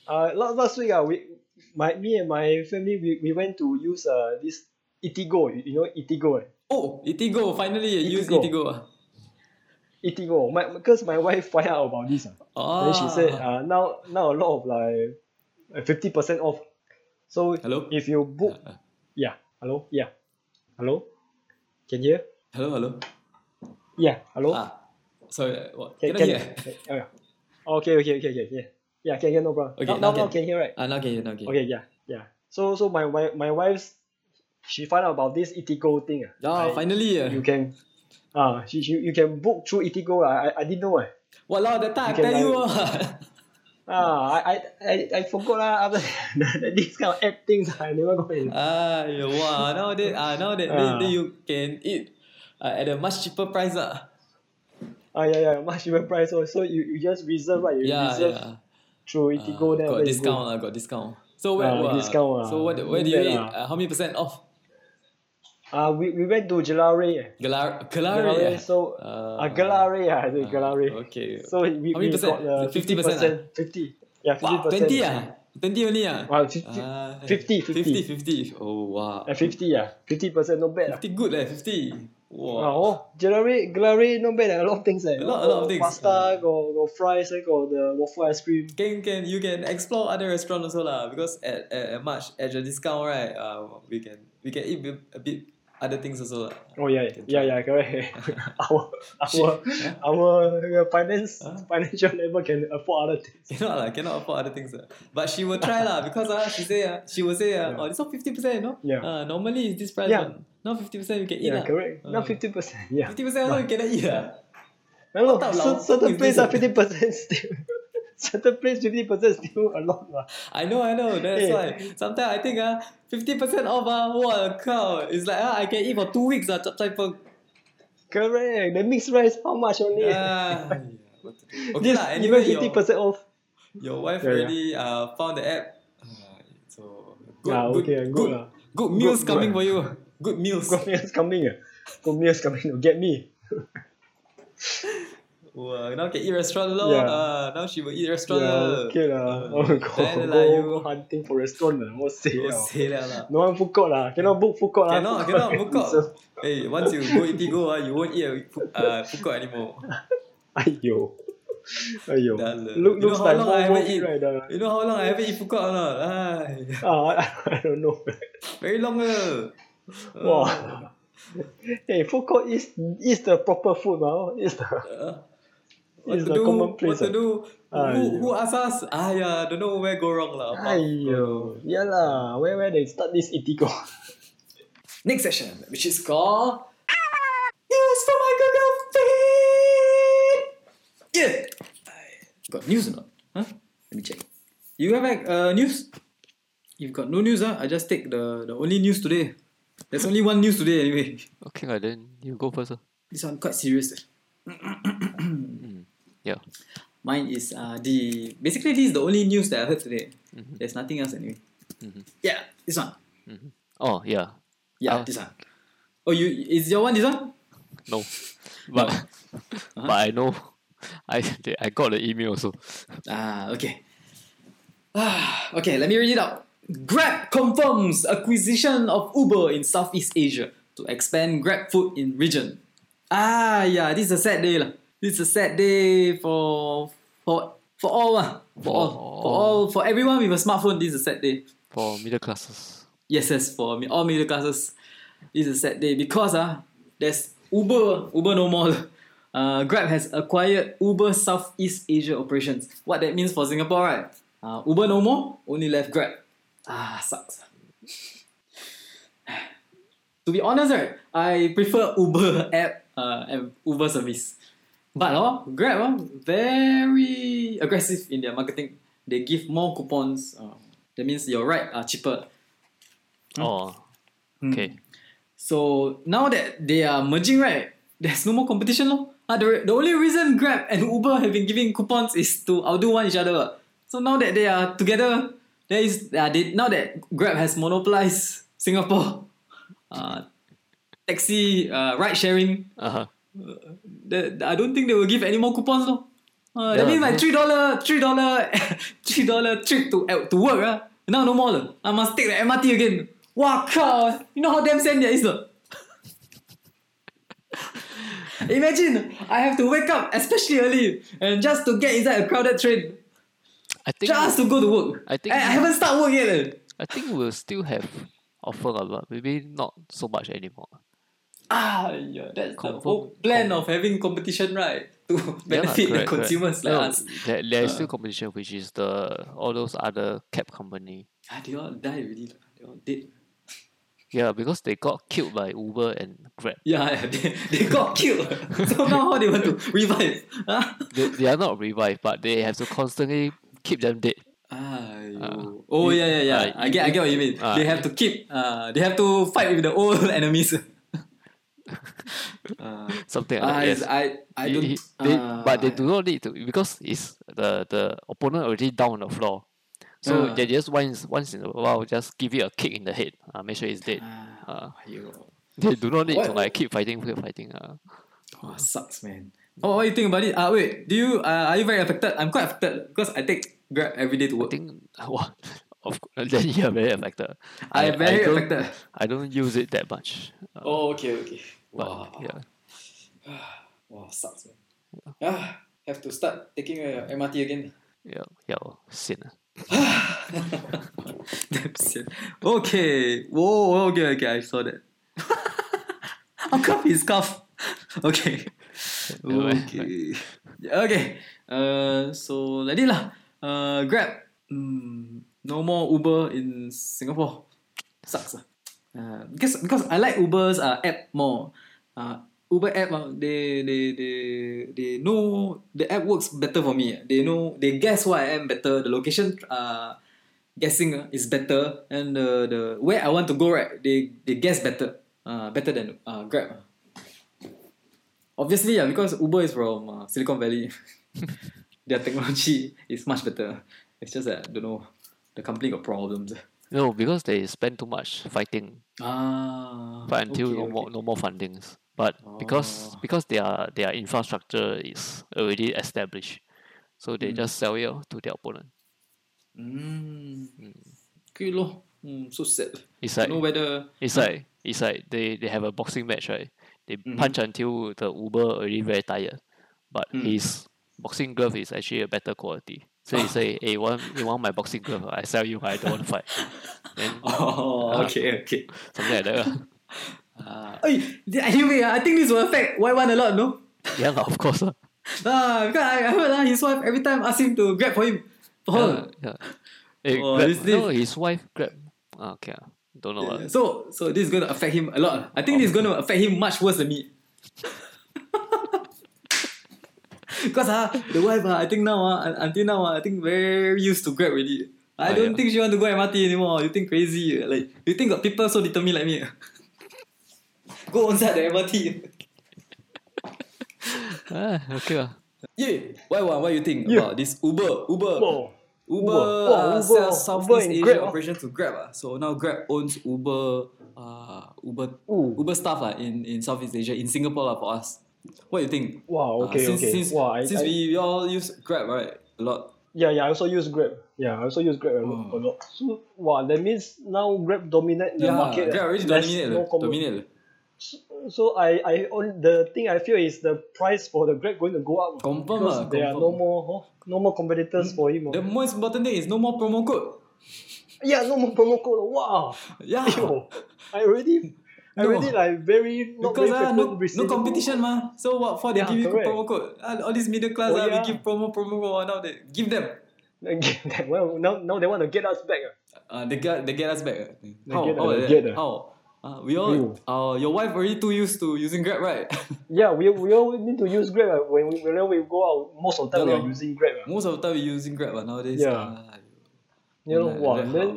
Speaker 3: uh, last, last week, uh, we, my, me and my family, we, we went to use uh, this Itigo, you, you know Itigo, eh? right?
Speaker 1: Oh, Itigo finally I use
Speaker 3: Eatigo.
Speaker 1: Itigo. ah.
Speaker 3: Itigo, my, because my wife find out about this. Uh.
Speaker 1: Ah.
Speaker 3: Then she said, uh, now, now a lot of like fifty percent off. So
Speaker 1: Hello?
Speaker 3: if you book, yeah, hello, yeah, hello, can you hear?
Speaker 1: hello hello.
Speaker 3: Yeah, hello.
Speaker 1: Ah, sorry. What?
Speaker 3: Can,
Speaker 1: Can,
Speaker 3: can,
Speaker 1: I hear?
Speaker 3: oh, yeah. Okay, okay, okay, okay, yeah, yeah, can hear no problem.
Speaker 1: Okay,
Speaker 3: now,
Speaker 1: now
Speaker 3: now, now
Speaker 1: can.
Speaker 3: can hear right?
Speaker 1: Ah, now can hear. Now can. hear.
Speaker 3: Okay, yeah, yeah. So, so my wife, my wife's, she found out about this Itigo thing. ah.
Speaker 1: Ah,
Speaker 3: I-
Speaker 1: finally. ah.
Speaker 3: You can, ah, she, she, you can book through Itigo. ah. I, I didn't know. ah.
Speaker 1: Walao, that time I
Speaker 3: You can
Speaker 1: tell you.
Speaker 3: like-
Speaker 1: ah.
Speaker 3: Ah, I, I, I, I forgot lah. After this kind of app things, I never got it.
Speaker 1: Ah, yeah, wow, now that, ah, now that then,
Speaker 3: Ah.
Speaker 1: then you can eat uh, at a much cheaper price. ah.
Speaker 3: Ah, yeah, yeah, much even price. So, so you, you just reserve right? You
Speaker 1: Yeah,
Speaker 3: reserve
Speaker 1: yeah. Ah,
Speaker 3: through Itigo. then
Speaker 1: got
Speaker 3: after you
Speaker 1: discount,
Speaker 3: go.
Speaker 1: ah, got discount. So where,
Speaker 3: Ah,
Speaker 1: where-
Speaker 3: discount, ah.
Speaker 1: so what, where do you
Speaker 3: Not bad,
Speaker 1: eat?
Speaker 3: ah.
Speaker 1: Uh, how many percent off?
Speaker 3: Ah, we, we went to Gelare. eh.
Speaker 1: Galar,
Speaker 3: Gelare,
Speaker 1: Galare.
Speaker 3: so
Speaker 1: Ah.
Speaker 3: uh, Gelare, ah, the Gelare.
Speaker 1: Okay.
Speaker 3: So we,
Speaker 1: How many
Speaker 3: we
Speaker 1: percent?
Speaker 3: got the
Speaker 1: 50
Speaker 3: fifty
Speaker 1: percent, ah?
Speaker 3: percent, fifty. Yeah, fifty
Speaker 1: wow,
Speaker 3: percent.
Speaker 1: 20 ah, 20 only ah.
Speaker 3: Wow, 50,
Speaker 1: Ah,
Speaker 3: 50,
Speaker 1: 50, 50. Oh wow.
Speaker 3: uh, 50 ah, 50 percent, not bad ah.
Speaker 1: 50 good eh, 50. Wow.
Speaker 3: Wow, Gelare, Gelare, not bad. ah, A lot of things eh.
Speaker 1: A lot- a
Speaker 3: Got
Speaker 1: lot of things.
Speaker 3: Pasta, got, got fries, eh, got the waffle ice cream.
Speaker 1: Can, can you can explore other restaurants also lah because at, at, at March at the discount right uh, we can we can eat bit- a bit other things also lah.
Speaker 3: Oh yeah,
Speaker 1: Can try.
Speaker 3: yeah, yeah, correct. our our
Speaker 1: Shit.
Speaker 3: our uh, finance
Speaker 1: Huh?
Speaker 3: financial level can afford other things.
Speaker 1: Cannot lah, cannot afford other things. lah. But she will try lah because uh, she say uh, she will say uh,
Speaker 3: Yeah.
Speaker 1: oh it's not fifty percent, you know?
Speaker 3: Yeah.
Speaker 1: Uh, normally it's this price.
Speaker 3: Yeah.
Speaker 1: one. Now fifty percent you can eat
Speaker 3: Yeah,
Speaker 1: lah.
Speaker 3: correct.
Speaker 1: Uh,
Speaker 3: Now fifty percent. Yeah.
Speaker 1: Fifty percent also you cannot eat lah.
Speaker 3: Hello,
Speaker 1: What type of lao-
Speaker 3: certain
Speaker 1: is
Speaker 3: place
Speaker 1: this?
Speaker 3: are fifty percent still. certain place fifty percent still a lot lah.
Speaker 1: I know, I know. That's
Speaker 3: Hey.
Speaker 1: why sometimes I think uh, fifty percent off uh, what a cow. It's like uh, I can eat for two weeks uh, chap chai png.
Speaker 3: Correct. The mixed rice how much only?
Speaker 1: Ah, yeah, what to do. okay
Speaker 3: This
Speaker 1: lah.
Speaker 3: even
Speaker 1: Anyway,
Speaker 3: fifty
Speaker 1: your,
Speaker 3: percent off.
Speaker 1: your wife
Speaker 3: Yeah, yeah.
Speaker 1: already uh, found the app. Uh, so good,
Speaker 3: ah, okay,
Speaker 1: good,
Speaker 3: good,
Speaker 1: good,
Speaker 3: lah.
Speaker 1: good meals
Speaker 3: Good,
Speaker 1: coming
Speaker 3: good.
Speaker 1: for you. Good meals.
Speaker 3: Good meals coming. ah. Good meals coming to get me.
Speaker 1: Wow, now can eat restaurant lor.
Speaker 3: Yeah.
Speaker 1: Ah, now she will eat restaurant.
Speaker 3: Yeah, okay lah.
Speaker 1: Uh,
Speaker 3: Oh go,
Speaker 1: then lah
Speaker 3: go,
Speaker 1: you-
Speaker 3: go hunting for restaurant lah. What say?
Speaker 1: Don't
Speaker 3: lah.
Speaker 1: say that lah.
Speaker 3: No one food court lah. Cannot book food court lah.
Speaker 1: Cannot,
Speaker 3: Food
Speaker 1: cannot
Speaker 3: court
Speaker 1: book out.
Speaker 3: reserved.
Speaker 1: Hey, once you go Eatigo, ah, you won't eat a food, uh, food court anymore.
Speaker 3: Aiyo. Aiyo.
Speaker 1: Dah lah.
Speaker 3: Look,
Speaker 1: You
Speaker 3: looks
Speaker 1: know how
Speaker 3: like
Speaker 1: long I
Speaker 3: one
Speaker 1: haven't
Speaker 3: worth it
Speaker 1: eat?
Speaker 3: right now.
Speaker 1: You know how long I haven't eat food court or not? Ah,
Speaker 3: Ah, I, I don't know.
Speaker 1: very long lah. Ah,
Speaker 3: Wow. hey, food court ah. is is the proper food now. Is the
Speaker 1: Uh, what
Speaker 3: It's
Speaker 1: to
Speaker 3: a
Speaker 1: do,
Speaker 3: common
Speaker 1: what
Speaker 3: place,
Speaker 1: to
Speaker 3: ah.
Speaker 1: do, who,
Speaker 3: Aiyo.
Speaker 1: who ask us? !aiya! Don't know where go wrong lah. Abang.
Speaker 3: Aiyo, yeah lah. Where where they start this Itigo?
Speaker 1: Next session, which is called News from my Google feed. Yeah, I got news or not? Huh? Let me check. You have like uh, news? You've got no news, huh? I just take the the only news today. There's only one news today anyway.
Speaker 2: Okay, lah, then you go first. ah.
Speaker 1: This one quite serious. eh.
Speaker 2: Yeah.
Speaker 1: Mine is uh, the basically this is the only news that I heard today. There's nothing else anyway. Yeah, this one.
Speaker 2: Oh, yeah.
Speaker 1: Yeah,
Speaker 2: Oh.
Speaker 1: this one. Oh, you is your one this one?
Speaker 2: No. But
Speaker 1: uh-huh.
Speaker 2: but I know. I they- I got the email also.
Speaker 1: Ah, okay. Ah, okay, let me read it out. Grab confirms acquisition of Uber in Southeast Asia to expand Grab food in region. Ah, yeah, this is a sad day lah. This is a sad day for for for all ah. For all, for all, for everyone with a smartphone. This is a sad day.
Speaker 2: For middle classes.
Speaker 1: Yes, yes, for me, all middle classes. This is a sad day because ah, there's Uber, Uber no more. Uh, Grab has acquired Uber Southeast Asia operations. What that means for Singapore, right? Uh, Uber no more, only left Grab. Ah, sucks. to be honest, right, I prefer Uber app uh, and Uber service. But oh, Grab oh, very aggressive in their marketing. They give more coupons. Uh, that means your ride are cheaper. Hmm.
Speaker 2: Oh. Okay.
Speaker 1: So now that they are merging, right? There's no more competition, lor. Ah, the, the only reason Grab and Uber have been giving coupons is to outdo one each other. So now that they are together, there is uh, they, now that Grab has monopolized Singapore, uh, taxi uh, ride sharing.
Speaker 2: Uh huh.
Speaker 1: The, I don't think they will give any more coupons, lor. Uh, that
Speaker 2: Yeah.
Speaker 1: means my three dollar, three dollar, three dollar trip to uh, to work. Ah, now no more. lor. I must take the MRT again. Wow, cow! You know how damn sad that is, lor. Imagine I have to wake up especially early and just to get inside a crowded train,
Speaker 2: I think
Speaker 1: just to go to work.
Speaker 2: I think-
Speaker 1: I, I haven't started work yet. eh. leh.
Speaker 2: I think we'll still have offer a lot. Maybe not so much anymore.
Speaker 1: Ah, yeah, that's the
Speaker 2: Confirm-
Speaker 1: whole plan of having competition, right? To
Speaker 2: Yeah, lah,
Speaker 1: benefit
Speaker 2: correct,
Speaker 1: the
Speaker 2: correct.
Speaker 1: consumers like
Speaker 2: No,
Speaker 1: us. uh,
Speaker 2: There, there is still competition, which is the all those other cab company.
Speaker 1: Ah, they all die already. lah. They all dead.
Speaker 2: Yeah, because they got killed by Uber and Grab.
Speaker 1: Yeah, yeah, they, they got killed. so now how they want to revive? Ah. Huh?
Speaker 2: They, they are not revived, but they have to constantly keep them dead.
Speaker 1: Aiyo. oh yeah, yeah, yeah.
Speaker 2: ah,
Speaker 1: I get, I get what you mean.
Speaker 2: ah,
Speaker 1: they have to keep. Uh, they have to fight with the old enemies. uh,
Speaker 2: Something like
Speaker 1: I,
Speaker 2: that. Yes.
Speaker 1: I, I
Speaker 2: He-
Speaker 1: don't.
Speaker 2: he- they- but they
Speaker 1: ah,
Speaker 2: do not need to because it's the the opponent already down on the floor. So
Speaker 1: Ah.
Speaker 2: they just once once in a while just give it a kick in the head. Uh, make sure it's dead.
Speaker 1: ah.
Speaker 2: Uh,
Speaker 1: aiyo.
Speaker 2: they do not need to
Speaker 1: What-
Speaker 2: like keep fighting, keep fighting. Uh.
Speaker 1: Oh, sucks, man. Oh, what do you think about it? Ah, wait. Do you? Uh, are you very affected? I'm quite affected because I take Grab every day to
Speaker 2: I
Speaker 1: work.
Speaker 2: think what of cou- then you are very affected.
Speaker 1: I very
Speaker 2: don't-
Speaker 1: affected.
Speaker 2: I don't use it that much. uh,
Speaker 1: Oh, okay, okay.
Speaker 2: but
Speaker 1: Wow.
Speaker 2: yeah,
Speaker 1: Wow, sucks, man. Ah, have to start taking uh, MRT again.
Speaker 2: yeah, yeah. oh, Sian. ah.
Speaker 1: Damn sian. Okay. Whoa, whoa, okay, okay, I saw that. How come his cough? Okay.
Speaker 2: Never mind.
Speaker 1: Okay. Yeah, Okay. Uh, so like it lah. Uh, Grab. Mm, no more Uber in Singapore. Sucks. ah. Uh, because because I like Uber's uh, app more. Uh, Uber app ah, they they they they know the app works better for me. ah. They know they guess what I am better. The location uh guessing ah, is better and the, the where I want to go right they they guess better uh, better than uh, Grab. ah. Obviously yeah, because Uber is from uh, Silicon Valley. Their technology is much better. It's just that don't know the company got problems.
Speaker 2: No, because they spend too much fighting,
Speaker 1: Ah,
Speaker 2: but until
Speaker 1: okay, okay.
Speaker 2: no
Speaker 1: Oh.
Speaker 2: more no more fundings. But because because their their infrastructure is already established, so they
Speaker 1: Hmm.
Speaker 2: just sell it out to their opponent.
Speaker 1: Mm. Okay lor. Mm, so sad.
Speaker 2: Hmm. It's
Speaker 1: Don't
Speaker 2: like
Speaker 1: know whether
Speaker 2: it's like it's like they, they have a boxing match, right? They
Speaker 1: Mm-hmm.
Speaker 2: punch until the Uber already very tired, but
Speaker 1: Mm.
Speaker 2: his boxing glove is actually a better quality. So he say, "Hey, you want you want my boxing glove? I sell you. I don't want to fight." Then
Speaker 1: Oh,
Speaker 2: Ah.
Speaker 1: okay, okay.
Speaker 2: something like that. lah.
Speaker 1: Uh, anyway, ah, I think this will affect Y1 a lot, no?
Speaker 2: yeah, lah, of course. lah.
Speaker 1: Ah, because I, I heard ah, his wife every time ask him to grab for him. For her.
Speaker 2: Yeah, yeah. Eh,
Speaker 1: Oh,
Speaker 2: Grab-
Speaker 1: is this-
Speaker 2: no, his wife grab. Ah, okay, ah. don't know. ah.
Speaker 1: So so this is gonna affect him a lot. I think this is gonna affect him much worse than me. Because ah, the wife ah, I think now ah, un- until now ah, I think very used to grab already. I
Speaker 2: Ah,
Speaker 1: don't
Speaker 2: yeah.
Speaker 1: think she want to go MRT anymore. You think crazy? ah. Like you think got people so determined like me? ah? go inside the MRT.
Speaker 2: Ah, okay, ah.
Speaker 1: Yeah. Why what, what you think
Speaker 3: Yeah.
Speaker 1: about this Uber? Uber.
Speaker 3: Whoa.
Speaker 1: Uber,
Speaker 3: Uber. Wow,
Speaker 1: uh,
Speaker 3: Uber.
Speaker 1: sells Southeast
Speaker 3: Uber and
Speaker 1: Asia
Speaker 3: Grab, ah.
Speaker 1: operation to Grab. ah. So now Grab owns Uber uh, Uber
Speaker 3: Ooh.
Speaker 1: Uber staff ah in, in Southeast Asia, in Singapore ah for us. What do you think?
Speaker 3: Wow,
Speaker 1: Ah,
Speaker 3: okay,
Speaker 1: since,
Speaker 3: okay.
Speaker 1: Since,
Speaker 3: Wow, I-
Speaker 1: since
Speaker 3: I-
Speaker 1: we, we all use Grab, right? A lot.
Speaker 3: Yeah, yeah, I also use Grab. Yeah, I also use Grab a, lot-
Speaker 1: Oh.
Speaker 3: a lot. So, wow, that means now Grab dominate the
Speaker 1: yeah,
Speaker 3: market. ah.
Speaker 1: Grab already
Speaker 3: There's
Speaker 1: dominated.
Speaker 3: no com-
Speaker 1: dominated.
Speaker 3: So I, I on the thing I feel is the price for the Grab going to go up.
Speaker 1: Confirm
Speaker 3: because
Speaker 1: ah,
Speaker 3: there are no
Speaker 1: confirm. Hmm.
Speaker 3: more huh? no more competitors for him. ah.
Speaker 1: The
Speaker 3: The...
Speaker 1: most important thing is no more promo code.
Speaker 3: Yeah, no more promo code. Wow.
Speaker 1: Yeah.
Speaker 3: Yo, I already I
Speaker 1: No.
Speaker 3: already like very not
Speaker 1: because
Speaker 3: very
Speaker 1: ah, no,
Speaker 3: frequent
Speaker 1: no
Speaker 3: receiving
Speaker 1: competition mah. So what for they
Speaker 3: Yeah,
Speaker 1: give you
Speaker 3: correct.
Speaker 1: promo code? Ah, all these middle class
Speaker 3: Oh,
Speaker 1: ah, we
Speaker 3: yeah.
Speaker 1: give promo promo code ah, now they give them.
Speaker 3: promo. well, now, now they want to get us back. ah.
Speaker 1: Uh, they get they get us back. eh?
Speaker 3: They
Speaker 1: How?
Speaker 3: get-
Speaker 1: how?
Speaker 3: they
Speaker 1: like
Speaker 3: get,
Speaker 1: that?
Speaker 3: eh?
Speaker 1: How? Uh, we all.
Speaker 3: Ew.
Speaker 1: Uh, your wife already too used to using Grab, right?
Speaker 3: Yeah, we, we all need to use Grab ah. when we whenever we go out. Most of the time
Speaker 1: Yeah,
Speaker 3: we
Speaker 1: lor.
Speaker 3: are using Grab. ah.
Speaker 1: Most of the time we using Grab, but nowadays.
Speaker 3: Yeah.
Speaker 1: Uh,
Speaker 3: You know,
Speaker 1: Like
Speaker 3: wow,
Speaker 1: that
Speaker 3: then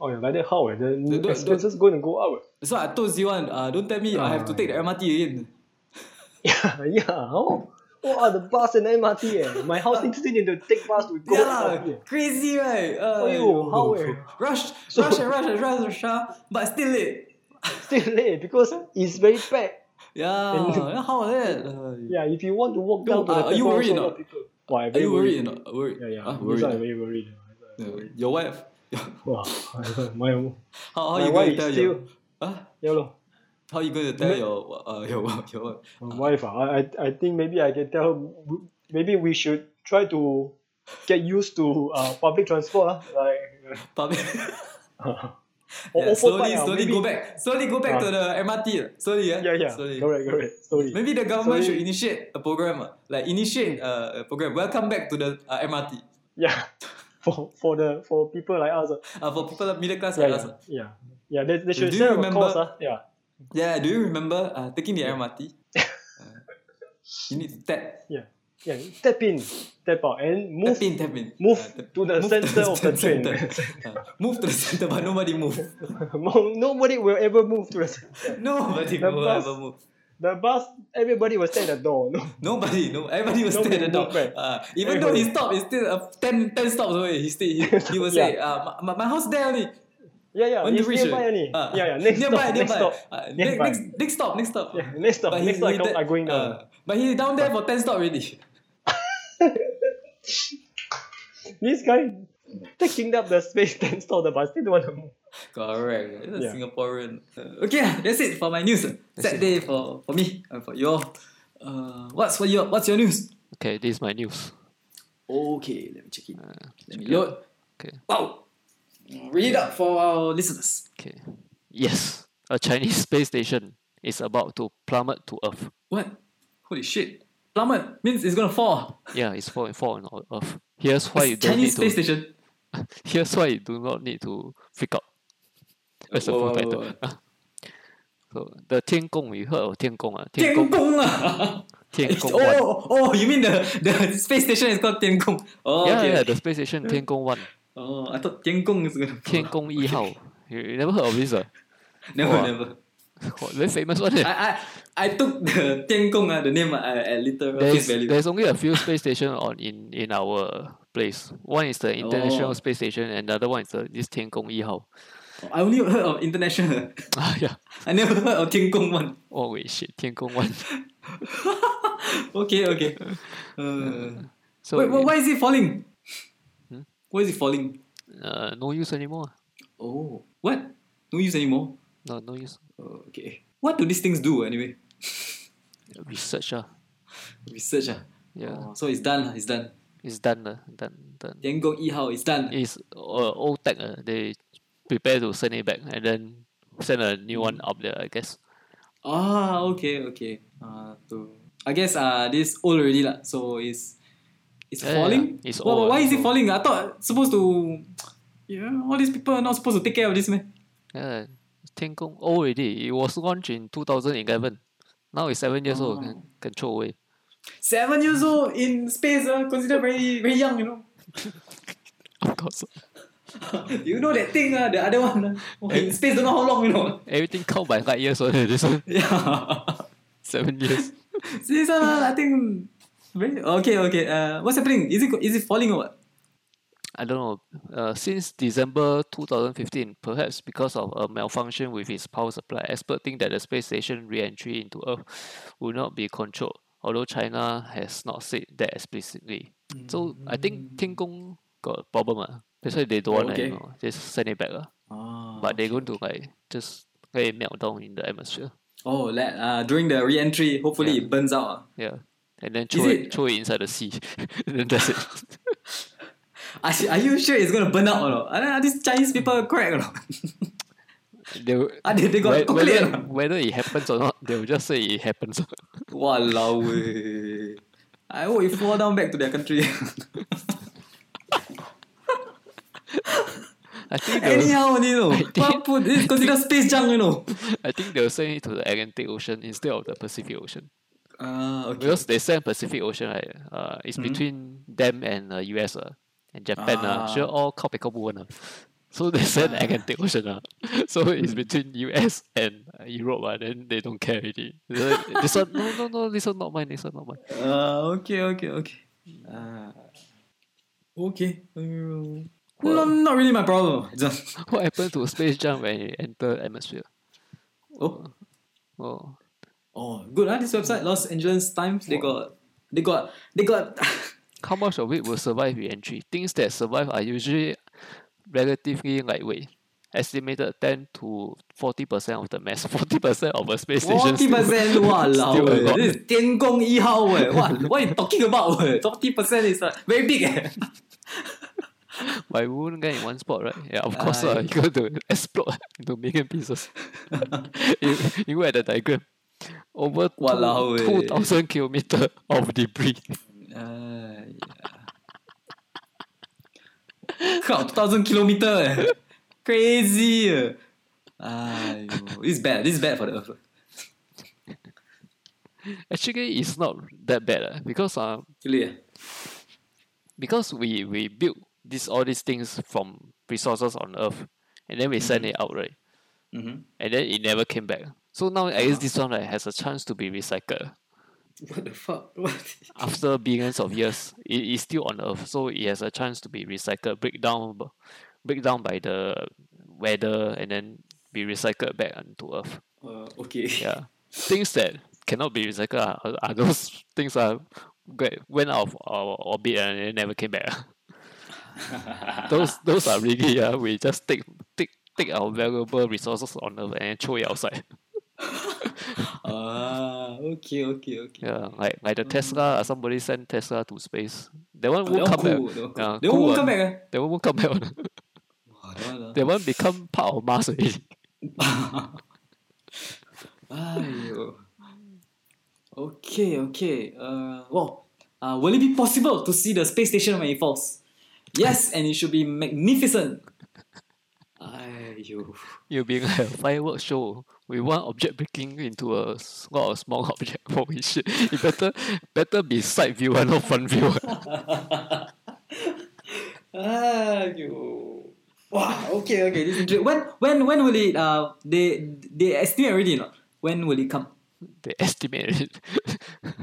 Speaker 3: oh yeah, like that how eh? the
Speaker 1: don't- don't-
Speaker 3: expenses going to go up. eh.
Speaker 1: that's why I told Ziwan, uh, don't tell me I have to
Speaker 3: Ah.
Speaker 1: take the MRT again.
Speaker 3: Yeah, yeah. Oh, what are the bus and MRT? Eh? My house needs still need to take bus to go.
Speaker 1: yeah,
Speaker 3: MRT, eh.
Speaker 1: crazy, right? Uh,
Speaker 3: Aiyo, how eh?
Speaker 1: Rush,
Speaker 3: So-
Speaker 1: rush, and rush, and rush, rush, ah, but still late.
Speaker 3: Still late because it's very packed.
Speaker 1: Yeah,
Speaker 3: And-
Speaker 1: how is that? Uh,
Speaker 3: Yeah, if you want to walk
Speaker 1: No,
Speaker 3: down to the
Speaker 1: uh, are you
Speaker 3: temple,
Speaker 1: worried or
Speaker 3: also a lot
Speaker 1: not?
Speaker 3: of people. Why?
Speaker 1: Are you worried? or not? Worried?
Speaker 3: Yeah, yeah.
Speaker 1: Ah,
Speaker 3: I'm
Speaker 1: worried.
Speaker 3: sorry,
Speaker 1: ah.
Speaker 3: very worried.
Speaker 1: Yeah, Your wife.
Speaker 3: Wow, my
Speaker 1: How, how
Speaker 3: My
Speaker 1: you going
Speaker 3: wife
Speaker 1: to
Speaker 3: is
Speaker 1: tell
Speaker 3: still-
Speaker 1: your? Huh?
Speaker 3: yeah, lor.
Speaker 1: How you going to tell your uh, your wife- your wife?
Speaker 3: my wife. ah, I, I I think maybe I can tell. her, Maybe we should try to get used to uh, public transport. ah, Like
Speaker 1: Public.
Speaker 3: or
Speaker 1: yeah,
Speaker 3: open
Speaker 1: slowly,
Speaker 3: bike, ah,
Speaker 1: slowly
Speaker 3: maybe-
Speaker 1: go back. Slowly go back
Speaker 3: Ah.
Speaker 1: to the MRT. Slowly, eh?
Speaker 3: Yeah, yeah.
Speaker 1: Slowly.
Speaker 3: Correct, correct. Slowly.
Speaker 1: Maybe the government should
Speaker 3: Slowly.
Speaker 1: initiate a program, ah. like initiate uh, a program. Welcome back to the uh, MRT.
Speaker 3: Yeah. For for the for people like us.
Speaker 1: Uh,
Speaker 3: ah.
Speaker 1: for people of middle class
Speaker 3: Yeah,
Speaker 1: like us.
Speaker 3: yeah.
Speaker 1: ah.
Speaker 3: Yeah. Yeah, they, they should
Speaker 1: Do you
Speaker 3: share a
Speaker 1: remember-
Speaker 3: course. ah. Yeah.
Speaker 1: Yeah. Do you remember uh, taking the MRT? Uh, you need to tap,
Speaker 3: Yeah. Yeah. Tap in, tap out and move
Speaker 1: tap in, tap in.
Speaker 3: move
Speaker 1: Ah, tap-
Speaker 3: to the
Speaker 1: move
Speaker 3: center of the train.
Speaker 1: center. Ah, move to the center, but nobody move.
Speaker 3: Mo- Nobody will ever move to the center.
Speaker 1: Nobody
Speaker 3: The
Speaker 1: will
Speaker 3: bus-
Speaker 1: ever move.
Speaker 3: The bus, everybody will stay at the door. No.
Speaker 1: Nobody, no, everybody was still at the
Speaker 3: Nobody
Speaker 1: door.
Speaker 3: moved back.
Speaker 1: Uh, even though he
Speaker 3: Everybody.
Speaker 1: stopped, it's still uh, 10, 10 stops away. He still he, he will say, uh, my, my house there only.
Speaker 3: Yeah, yeah.
Speaker 1: Want to
Speaker 3: It's
Speaker 1: reach
Speaker 3: nearby
Speaker 1: it?
Speaker 3: only.
Speaker 1: Ah,
Speaker 3: yeah, yeah. Next
Speaker 1: nearby,
Speaker 3: stop. Next
Speaker 1: nearby.
Speaker 3: stop.
Speaker 1: Uh, ne-
Speaker 3: nearby.
Speaker 1: Next, next stop, next stop.
Speaker 3: Yeah, next stop.
Speaker 1: But he-
Speaker 3: next stop. I
Speaker 1: he
Speaker 3: come,
Speaker 1: did-
Speaker 3: I going down.
Speaker 1: uh, but he down there for 10 stop already.
Speaker 3: this guy taking up the space. Then stop the bus. Still don't want to move.
Speaker 1: Correct. He's a
Speaker 3: Yeah.
Speaker 1: Singaporean. Uh, okay, ah, that's it for my news.
Speaker 2: That's
Speaker 1: Sad
Speaker 2: it.
Speaker 1: day for, for me and for you all. Uh, what's, for your, what's your news?
Speaker 2: Okay, this is my news.
Speaker 1: Okay, let me check it.
Speaker 2: Uh,
Speaker 1: Let me
Speaker 2: check it out.
Speaker 1: load.
Speaker 2: Okay.
Speaker 1: Wow! Read it up for our listeners.
Speaker 2: Okay. Yes, a Chinese space station is about to plummet to Earth.
Speaker 1: What? Holy shit. Plummet means it's gonna fall.
Speaker 2: Yeah, it's falling, falling on Earth. Here's why you
Speaker 1: It's
Speaker 2: don't need
Speaker 1: Chinese space
Speaker 2: to.
Speaker 1: station.
Speaker 2: Here's why you do not need to freak out. That's the
Speaker 1: Whoa,
Speaker 2: full
Speaker 1: whoa,
Speaker 2: title.
Speaker 1: whoa,
Speaker 2: So the 天宫, you heard of 天宫 ah? 天
Speaker 1: 天
Speaker 2: 宫,
Speaker 1: 宫 ah.
Speaker 2: 天宫 one.
Speaker 1: Oh, oh, you mean the, the space station is called 天宫? Oh,
Speaker 2: yeah,
Speaker 1: okay.
Speaker 2: yeah, the space station 天宫 one,
Speaker 1: Oh, I thought 天宫 is gonna. fall.
Speaker 2: 天宫一号. You, you never heard of this ah?
Speaker 1: Never,
Speaker 2: Wow.
Speaker 1: never.
Speaker 2: What, Very famous one. eh?
Speaker 1: I, I, I took the 天宫 ah, the name ah, at, at literal face
Speaker 2: There's,
Speaker 1: value.
Speaker 2: there's only a few space stations on in, in our place. One is the International
Speaker 1: Oh.
Speaker 2: Space Station, and another one is the, this 天宫一号.
Speaker 1: I only heard of international.
Speaker 2: Ah, yeah.
Speaker 1: I never heard of 天宫 one.
Speaker 2: Oh wait, shit, 天 宫 one.
Speaker 1: Okay, okay. Uh,
Speaker 2: So
Speaker 1: wait, wh-
Speaker 2: it- Hmm?
Speaker 1: why is it falling? Why is it falling?
Speaker 2: Uh, no use anymore.
Speaker 1: Oh, what? No use anymore.
Speaker 2: No, no use.
Speaker 1: Oh, okay. What do these things do anyway?
Speaker 2: Research ah.
Speaker 1: Research ah.
Speaker 2: Yeah.
Speaker 1: Oh, so it's done lah. It's done.
Speaker 2: It's done ah. Done, done.
Speaker 1: Tiangong Yihao is done.
Speaker 2: is uh, old tech. Uh, they prepare to send it back and then send a new one up there. I guess.
Speaker 1: Ah, okay, okay. Uh, to I guess uh this old already lah. So it's it's
Speaker 2: Yeah, yeah,
Speaker 1: falling.
Speaker 2: yeah. It's
Speaker 1: Wha- wha-
Speaker 2: old,
Speaker 1: why is it
Speaker 2: so-
Speaker 1: falling? I thought supposed to. Yeah, all these people are not supposed to take care of this man.
Speaker 2: Yeah, Tiangong old already. It was launched in 2011. Now it's seven years old. Can, can throw away.
Speaker 1: Seven years old in space, uh, considered very very young, you know.
Speaker 2: Of course,
Speaker 1: you know that thing, uh, the other one uh,
Speaker 2: Eh?
Speaker 1: in space, don't know how long, you know.
Speaker 2: everything count by five years. Only. This one
Speaker 1: Yeah.
Speaker 2: seven years.
Speaker 1: So this one, uh, I think. Very, okay, okay. Uh, what's happening? Is it is it falling or what?
Speaker 2: I don't know. Uh, since December 2015, perhaps because of a malfunction with its power supply, experts think that the space station re-entry into Earth will not be controlled. Although China has not said that explicitly. So I think Tiangong got a problem. Uh. That's why they
Speaker 1: Oh,
Speaker 2: don't
Speaker 1: Mm.
Speaker 2: want
Speaker 1: okay.
Speaker 2: it anymore. Just send it back. Uh.
Speaker 1: Oh,
Speaker 2: but they're going to like just let it melt down in the atmosphere.
Speaker 1: oh let, uh, during the re-entry, hopefully
Speaker 2: Yeah.
Speaker 1: it burns out. ah.
Speaker 2: Yeah. And then
Speaker 1: Is
Speaker 2: throw it,
Speaker 1: it-
Speaker 2: throw it inside the sea. and then that's it.
Speaker 1: Are, you- are you sure it's gonna burn out or not? Are, are these Chinese people correct or not?
Speaker 2: they, will-
Speaker 1: Are Ah, they, they got
Speaker 2: whe-
Speaker 1: calculate or
Speaker 2: whether,
Speaker 1: not?
Speaker 2: whether it happens or not, they will just say it happens.
Speaker 1: Walao eh. I hope it fall down back to their country.
Speaker 2: I think they'll,
Speaker 1: Anyhow, you know. What put this consider space junk, you know.
Speaker 2: I think they'll send it to the Atlantic Ocean instead of the Pacific Ocean.
Speaker 1: Ah, okay.
Speaker 2: Because they send Pacific Ocean, right? Uh, it's
Speaker 1: Hmm?
Speaker 2: between them and uh, US uh, and Japan. Uh, sure,
Speaker 1: Ah.
Speaker 2: all copy one. Uh. So they send Atlantic Ocean. Uh. So it's between US and uh, Europe. Uh, then they don't care already. They're like, this one, no, no, no, this one not mine, this one not mine.
Speaker 1: Ah, okay, okay, okay. Ah. okay. Um, no,
Speaker 2: Well-
Speaker 1: not really my problem. Just-
Speaker 2: What happened to Space Jam when it entered atmosphere?
Speaker 1: oh,
Speaker 2: Oh,
Speaker 1: oh, good. Huh? This website, Los Angeles Times, they got, they got, they got.
Speaker 2: how much of it will survive re-entry? Things that survive are usually relatively lightweight. Estimated 10 to 40% of the mass. 40% of a space station.
Speaker 1: Forty
Speaker 2: still-
Speaker 1: percent, walao,
Speaker 2: still a
Speaker 1: eh.
Speaker 2: lot.
Speaker 1: this is 天宫一号 eh. What, what are you talking about? eh? Forty percent is uh, very big. Eh.
Speaker 2: But it wouldn't get in one spot, right? Yeah, of course,
Speaker 1: Ah,
Speaker 2: uh, you got to explode into million pieces. you, you look at the diagram. Over two-
Speaker 1: Walao, eh.
Speaker 2: 2,000 kilometers of debris.
Speaker 1: Uh, yeah.靠，thousand kilometer, eh. crazy. eh. Aiyo, this is bad. This is bad for the earth.
Speaker 2: Actually, it's not that bad uh, because uh,
Speaker 1: Really, eh.
Speaker 2: because we we build these all these things from resources on Earth, and then we send it out, right?
Speaker 1: Mhm.
Speaker 2: And then it never came back. So now I guess this one right, has a chance to be recycled
Speaker 1: What the fuck? What?
Speaker 2: after billions of years. It is still on Earth, so it has a chance to be recycled, break down, b- break down by the weather, and then be recycled back onto Earth.
Speaker 1: Uh, okay.
Speaker 2: Yeah, things that cannot be recycled are, are those things that get- went out of our orbit and then never came back. those those are really uh, we just take take take our valuable resources on Earth and then throw it outside.
Speaker 1: Ah, okay, okay, okay.
Speaker 2: Yeah, like like
Speaker 1: Mm.
Speaker 2: the Tesla. uh, Somebody sent Tesla to space. That one
Speaker 1: They all
Speaker 2: won't come
Speaker 1: cool.
Speaker 2: back.
Speaker 1: They all
Speaker 2: Yeah,
Speaker 1: cool. They all won't
Speaker 2: ah.
Speaker 1: come back. eh.
Speaker 2: That one won't come back. one.
Speaker 1: Wah, that one, ah.
Speaker 2: that one become part of Mars already.
Speaker 1: Aiyo. Okay, okay. Uh, well, uh, will it be possible to see the space station when it falls? Yes, and it should be magnificent. Aiyo.
Speaker 2: You'll be like a fireworks show with one object breaking into a s- lot of small object. Holy shit! It better better be side view and not front view.
Speaker 1: Aiyo. Wow. Okay, okay. This is interesting. When, when, when will it? Uh, they, they estimate already. Not when will it come?
Speaker 2: they estimate it.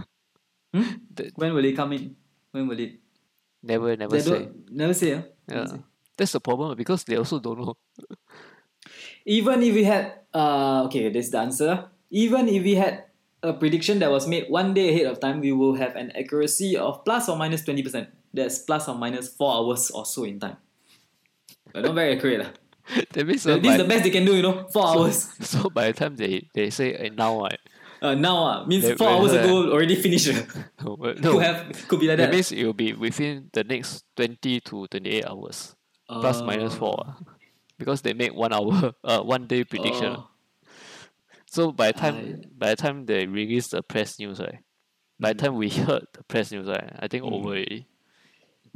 Speaker 1: Hmm?
Speaker 2: They-
Speaker 1: When will it come in? When will it?
Speaker 2: never never
Speaker 1: They
Speaker 2: say.
Speaker 1: don't never say. ah? Never
Speaker 2: Yeah.
Speaker 1: say.
Speaker 2: That's the problem uh, because they also don't know.
Speaker 1: Even if we had, uh, okay, this is the answer. Even if we had a prediction that was made one day ahead of time, we will have an accuracy of plus or minus 20%. That's plus or minus 4 hours or so in time. But not very accurate. lah.
Speaker 2: that means uh,
Speaker 1: So this is
Speaker 2: by,
Speaker 1: the best they can do, you know, 4 hours.
Speaker 2: so by the time they, they say eh, now I
Speaker 1: Uh, now, uh, means
Speaker 2: They-
Speaker 1: 4
Speaker 2: they-
Speaker 1: hours
Speaker 2: they-
Speaker 1: ago already finished.
Speaker 2: no, well,
Speaker 1: could,
Speaker 2: no.
Speaker 1: have, could be like
Speaker 2: that
Speaker 1: that.
Speaker 2: means it will be within the next twenty to twenty eight hours plus minus
Speaker 1: Uh,
Speaker 2: four ah. because they make one hour uh, one day prediction.
Speaker 1: uh,
Speaker 2: So by the time
Speaker 1: I-
Speaker 2: by the time they release the press news right,
Speaker 1: Mm.
Speaker 2: By the time we heard the press news, right, I think over already.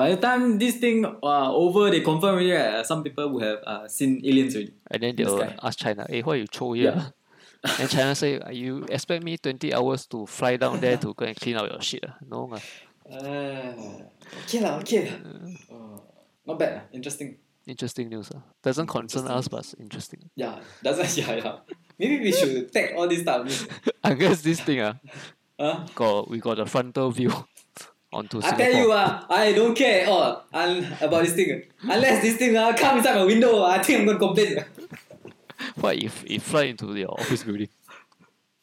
Speaker 1: By the time this thing uh, over, they confirm already. Right, uh, some people would have uh, seen aliens already.
Speaker 2: And then they
Speaker 1: This
Speaker 2: will
Speaker 1: guy.
Speaker 2: ask China, hey, why you throw here?
Speaker 1: Yeah.
Speaker 2: ah?" and China say, "Ah, you expect me 20 hours to fly down there to go and clean out your shit? ah? No. ah."
Speaker 1: Uh, okay lah, okay lah. Uh, not bad lah. Interesting.
Speaker 2: Interesting news. ah. Doesn't
Speaker 1: Mm,
Speaker 2: concern us, but it's interesting.
Speaker 1: Yeah, doesn't yeah yeah. Maybe we should tag all this stuff.
Speaker 2: Unless this thing, ah,
Speaker 1: Huh?
Speaker 2: got, we got the frontal view onto
Speaker 1: I
Speaker 2: Singapore.
Speaker 1: tell you ah, I don't care at all un- about this thing. Unless this thing ah come inside my window, I think I'm gonna complain.
Speaker 2: What if it fly into your office building?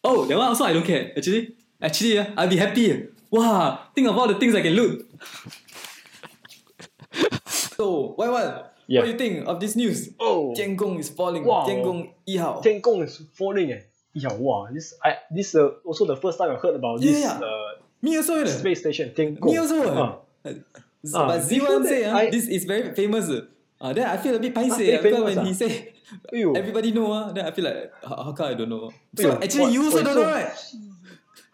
Speaker 1: Oh, that one also I don't care. Actually, actually, ah, I'll be happy. Wow, think of all the things I can loot. so, why what?
Speaker 3: Yeah.
Speaker 1: What do you think of this news?
Speaker 3: Oh.
Speaker 1: Jian Gong is falling.
Speaker 3: Wow.
Speaker 1: Jian Gong 一号.
Speaker 3: Tian Gong is falling. Eh. Yeah, wow. This I this uh, also the first time I heard about
Speaker 1: Yeah,
Speaker 3: this
Speaker 1: yeah.
Speaker 3: uh,
Speaker 1: Me also. eh.
Speaker 3: space station Tian Gong.
Speaker 1: Me also. eh.
Speaker 3: Ah.
Speaker 1: Z-
Speaker 3: Ah,
Speaker 1: but Z1
Speaker 3: before that,
Speaker 1: say ah,
Speaker 3: I-
Speaker 1: this is very famous. eh. Ah, then I feel a bit paiseh ah,
Speaker 3: very
Speaker 1: because
Speaker 3: famous
Speaker 1: when he
Speaker 3: ah.
Speaker 1: say
Speaker 3: Aiyo.
Speaker 1: everybody know ah, then I feel like how, how come I don't know? So
Speaker 3: Aiyo,
Speaker 1: actually you
Speaker 3: what-
Speaker 1: also
Speaker 3: wait,
Speaker 1: don't
Speaker 3: so-
Speaker 1: know right?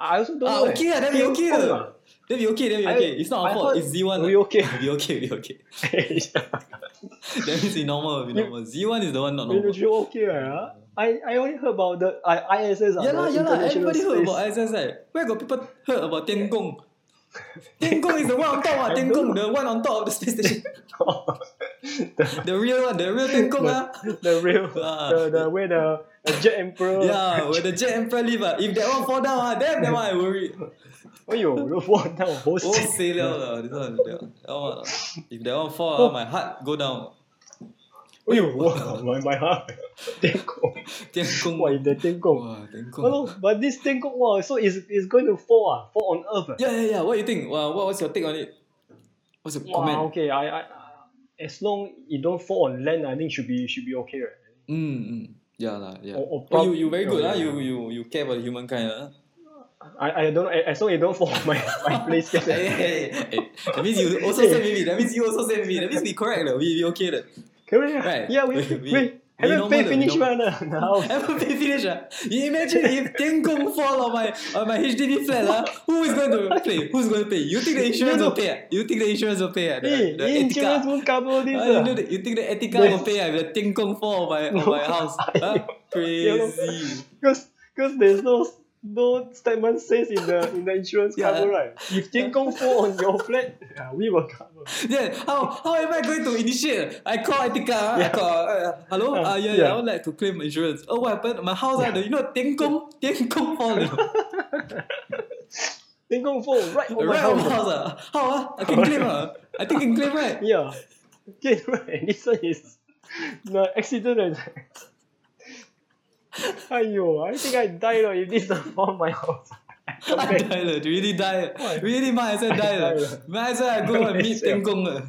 Speaker 3: I also don't
Speaker 1: Ah,
Speaker 3: know. eh.
Speaker 1: okay ah, then we
Speaker 3: Tian
Speaker 1: okay
Speaker 3: Gong,
Speaker 1: ah.
Speaker 3: ah.
Speaker 1: Then we okay, then we
Speaker 3: I-
Speaker 1: okay. It's not our
Speaker 3: I
Speaker 1: fault.
Speaker 3: thought
Speaker 1: It's Z1.
Speaker 3: we
Speaker 1: ah.
Speaker 3: okay.
Speaker 1: We okay, we okay. That means we normal, we
Speaker 3: You-
Speaker 1: normal. Z1 is the one not
Speaker 3: When you
Speaker 1: normal.
Speaker 3: feel okay, right? ah? I, I only heard about the I ISS. ah,
Speaker 1: Yeah
Speaker 3: the
Speaker 1: lah, yeah lah.
Speaker 3: International
Speaker 1: Everybody heard
Speaker 3: Space-
Speaker 1: about ISS, right? Where got people heard about Tian Gong? Tian Gong is the one on top, ah. Tian Gong, the one on top of the space station.
Speaker 3: the,
Speaker 1: The real one, the real Tian Gong, ah.
Speaker 3: the real
Speaker 1: Ah.
Speaker 3: the, the where the, the Jet Emperor.
Speaker 1: Yeah, when the Jet Emperor leave, ah, if that one fall down, ah, then that one I worry.
Speaker 3: Oh yo, the one down
Speaker 1: Oh,
Speaker 3: host.
Speaker 1: say liao lah, this one, that one, that one. ah. If that one fall, ah, my heart go down.
Speaker 3: Oh yo, wow, my my heart. Tengkong.
Speaker 1: Tian Gong.
Speaker 3: Why the Tengkong?
Speaker 1: Wah, Tian Gong.
Speaker 3: Hello, but this Tengkong wow, so is is going to fall ah, fall on Earth. eh?
Speaker 1: Yeah, yeah, yeah. What you think? Wow, what, what's your take on it? What's your comment?
Speaker 3: Wow, okay, I, I as long it don't fall on land, I think should be should be okay, right?
Speaker 1: Mm, mm. Yeah, lah, yeah.
Speaker 3: Or- or
Speaker 1: oh,
Speaker 3: prob-
Speaker 1: you, you very
Speaker 3: yeah,
Speaker 1: good, lah.
Speaker 3: yeah.
Speaker 1: You, you, you care about the humankind, lah.
Speaker 3: I, I don't know. As long it don't fall on my, my place, can
Speaker 1: hey, hey, hey. That means you also say maybe. That means you also say maybe. That means we correct, lah. We, we okay, lah.
Speaker 3: Correct.
Speaker 1: Right.
Speaker 3: Yeah, we,
Speaker 1: We-
Speaker 3: we,
Speaker 1: we- we
Speaker 3: haven't
Speaker 1: normal,
Speaker 3: pay
Speaker 1: we
Speaker 3: finish
Speaker 1: normal.
Speaker 3: one. Uh, now.
Speaker 1: Haven't pay finish, ah. You imagine if Tian Gong fall on my on my HDB flat, lah. Who is going to pay? Who's going to pay? You think the insurance
Speaker 3: No, no.
Speaker 1: will pay? ah? You think the insurance will pay? ah? The,
Speaker 3: Hey,
Speaker 1: the
Speaker 3: the
Speaker 1: Etiqa.
Speaker 3: insurance won't cover
Speaker 1: Ah,
Speaker 3: this.
Speaker 1: you, know
Speaker 3: uh.
Speaker 1: the, you think the Etika
Speaker 3: Yes.
Speaker 1: will pay ah, if the Tian Gong fall on my, on
Speaker 3: No.
Speaker 1: my house? Huh? Crazy.
Speaker 3: Because because there's no no statement says in the in the insurance
Speaker 1: Yeah.
Speaker 3: cover right. If Jing Kong fall on your flat, yeah, we will cover.
Speaker 1: Yeah, how, how am I going to initiate? I call Etika, I
Speaker 3: Yeah.
Speaker 1: call, uh, hello, uh,
Speaker 3: Uh,
Speaker 1: yeah, yeah,
Speaker 3: yeah.
Speaker 1: I would like to claim insurance. Oh, what happened? My house, yeah. you know, Tengkong, Tengkong fall, you know,
Speaker 3: Jing Kong fall right on Oh, my
Speaker 1: right on my house.
Speaker 3: house.
Speaker 1: Uh. How, uh? I can claim, uh. I think can claim, right?
Speaker 3: Yeah. Okay, right. This one is the accident. And Aiyo, I think I die lah if this is on my house.
Speaker 1: I die, lah, really die.
Speaker 3: Why?
Speaker 1: Really might as well die.
Speaker 3: die,
Speaker 1: lah.
Speaker 3: lah.
Speaker 1: Might as well I go and meet uh.
Speaker 3: Oh Malaysia.
Speaker 1: Tengkong. lah.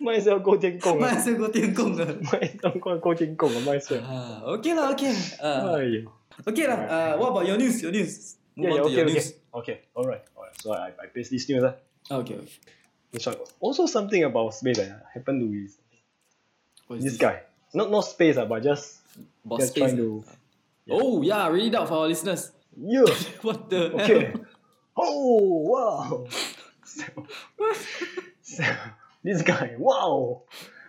Speaker 3: Might as well go Jing Kong.
Speaker 1: Might
Speaker 3: Might
Speaker 1: as well go Tengkong. lah.
Speaker 3: as well go- go Jing Kong. Might as well.
Speaker 1: Ah, okay lah, okay. Uh,
Speaker 3: Aiyo.
Speaker 1: okay lah, uh, what about your news? Your news? Move
Speaker 3: Yeah,
Speaker 1: on
Speaker 3: yeah,
Speaker 1: to
Speaker 3: okay,
Speaker 1: your
Speaker 3: okay.
Speaker 1: news.
Speaker 3: Okay, alright, alright. So I, I paste this news. Uh.
Speaker 1: Okay, okay.
Speaker 3: This one. Also something about space that happened to with
Speaker 1: What is
Speaker 3: this guy. Not not space, uh, but just
Speaker 1: Boss
Speaker 3: just
Speaker 1: space,
Speaker 3: trying
Speaker 1: ah.
Speaker 3: to
Speaker 1: Oh, yeah, read it out for our listeners.
Speaker 3: Yeah.
Speaker 1: What the
Speaker 3: Okay.
Speaker 1: hell?
Speaker 3: oh wow. So, so this guy, wow.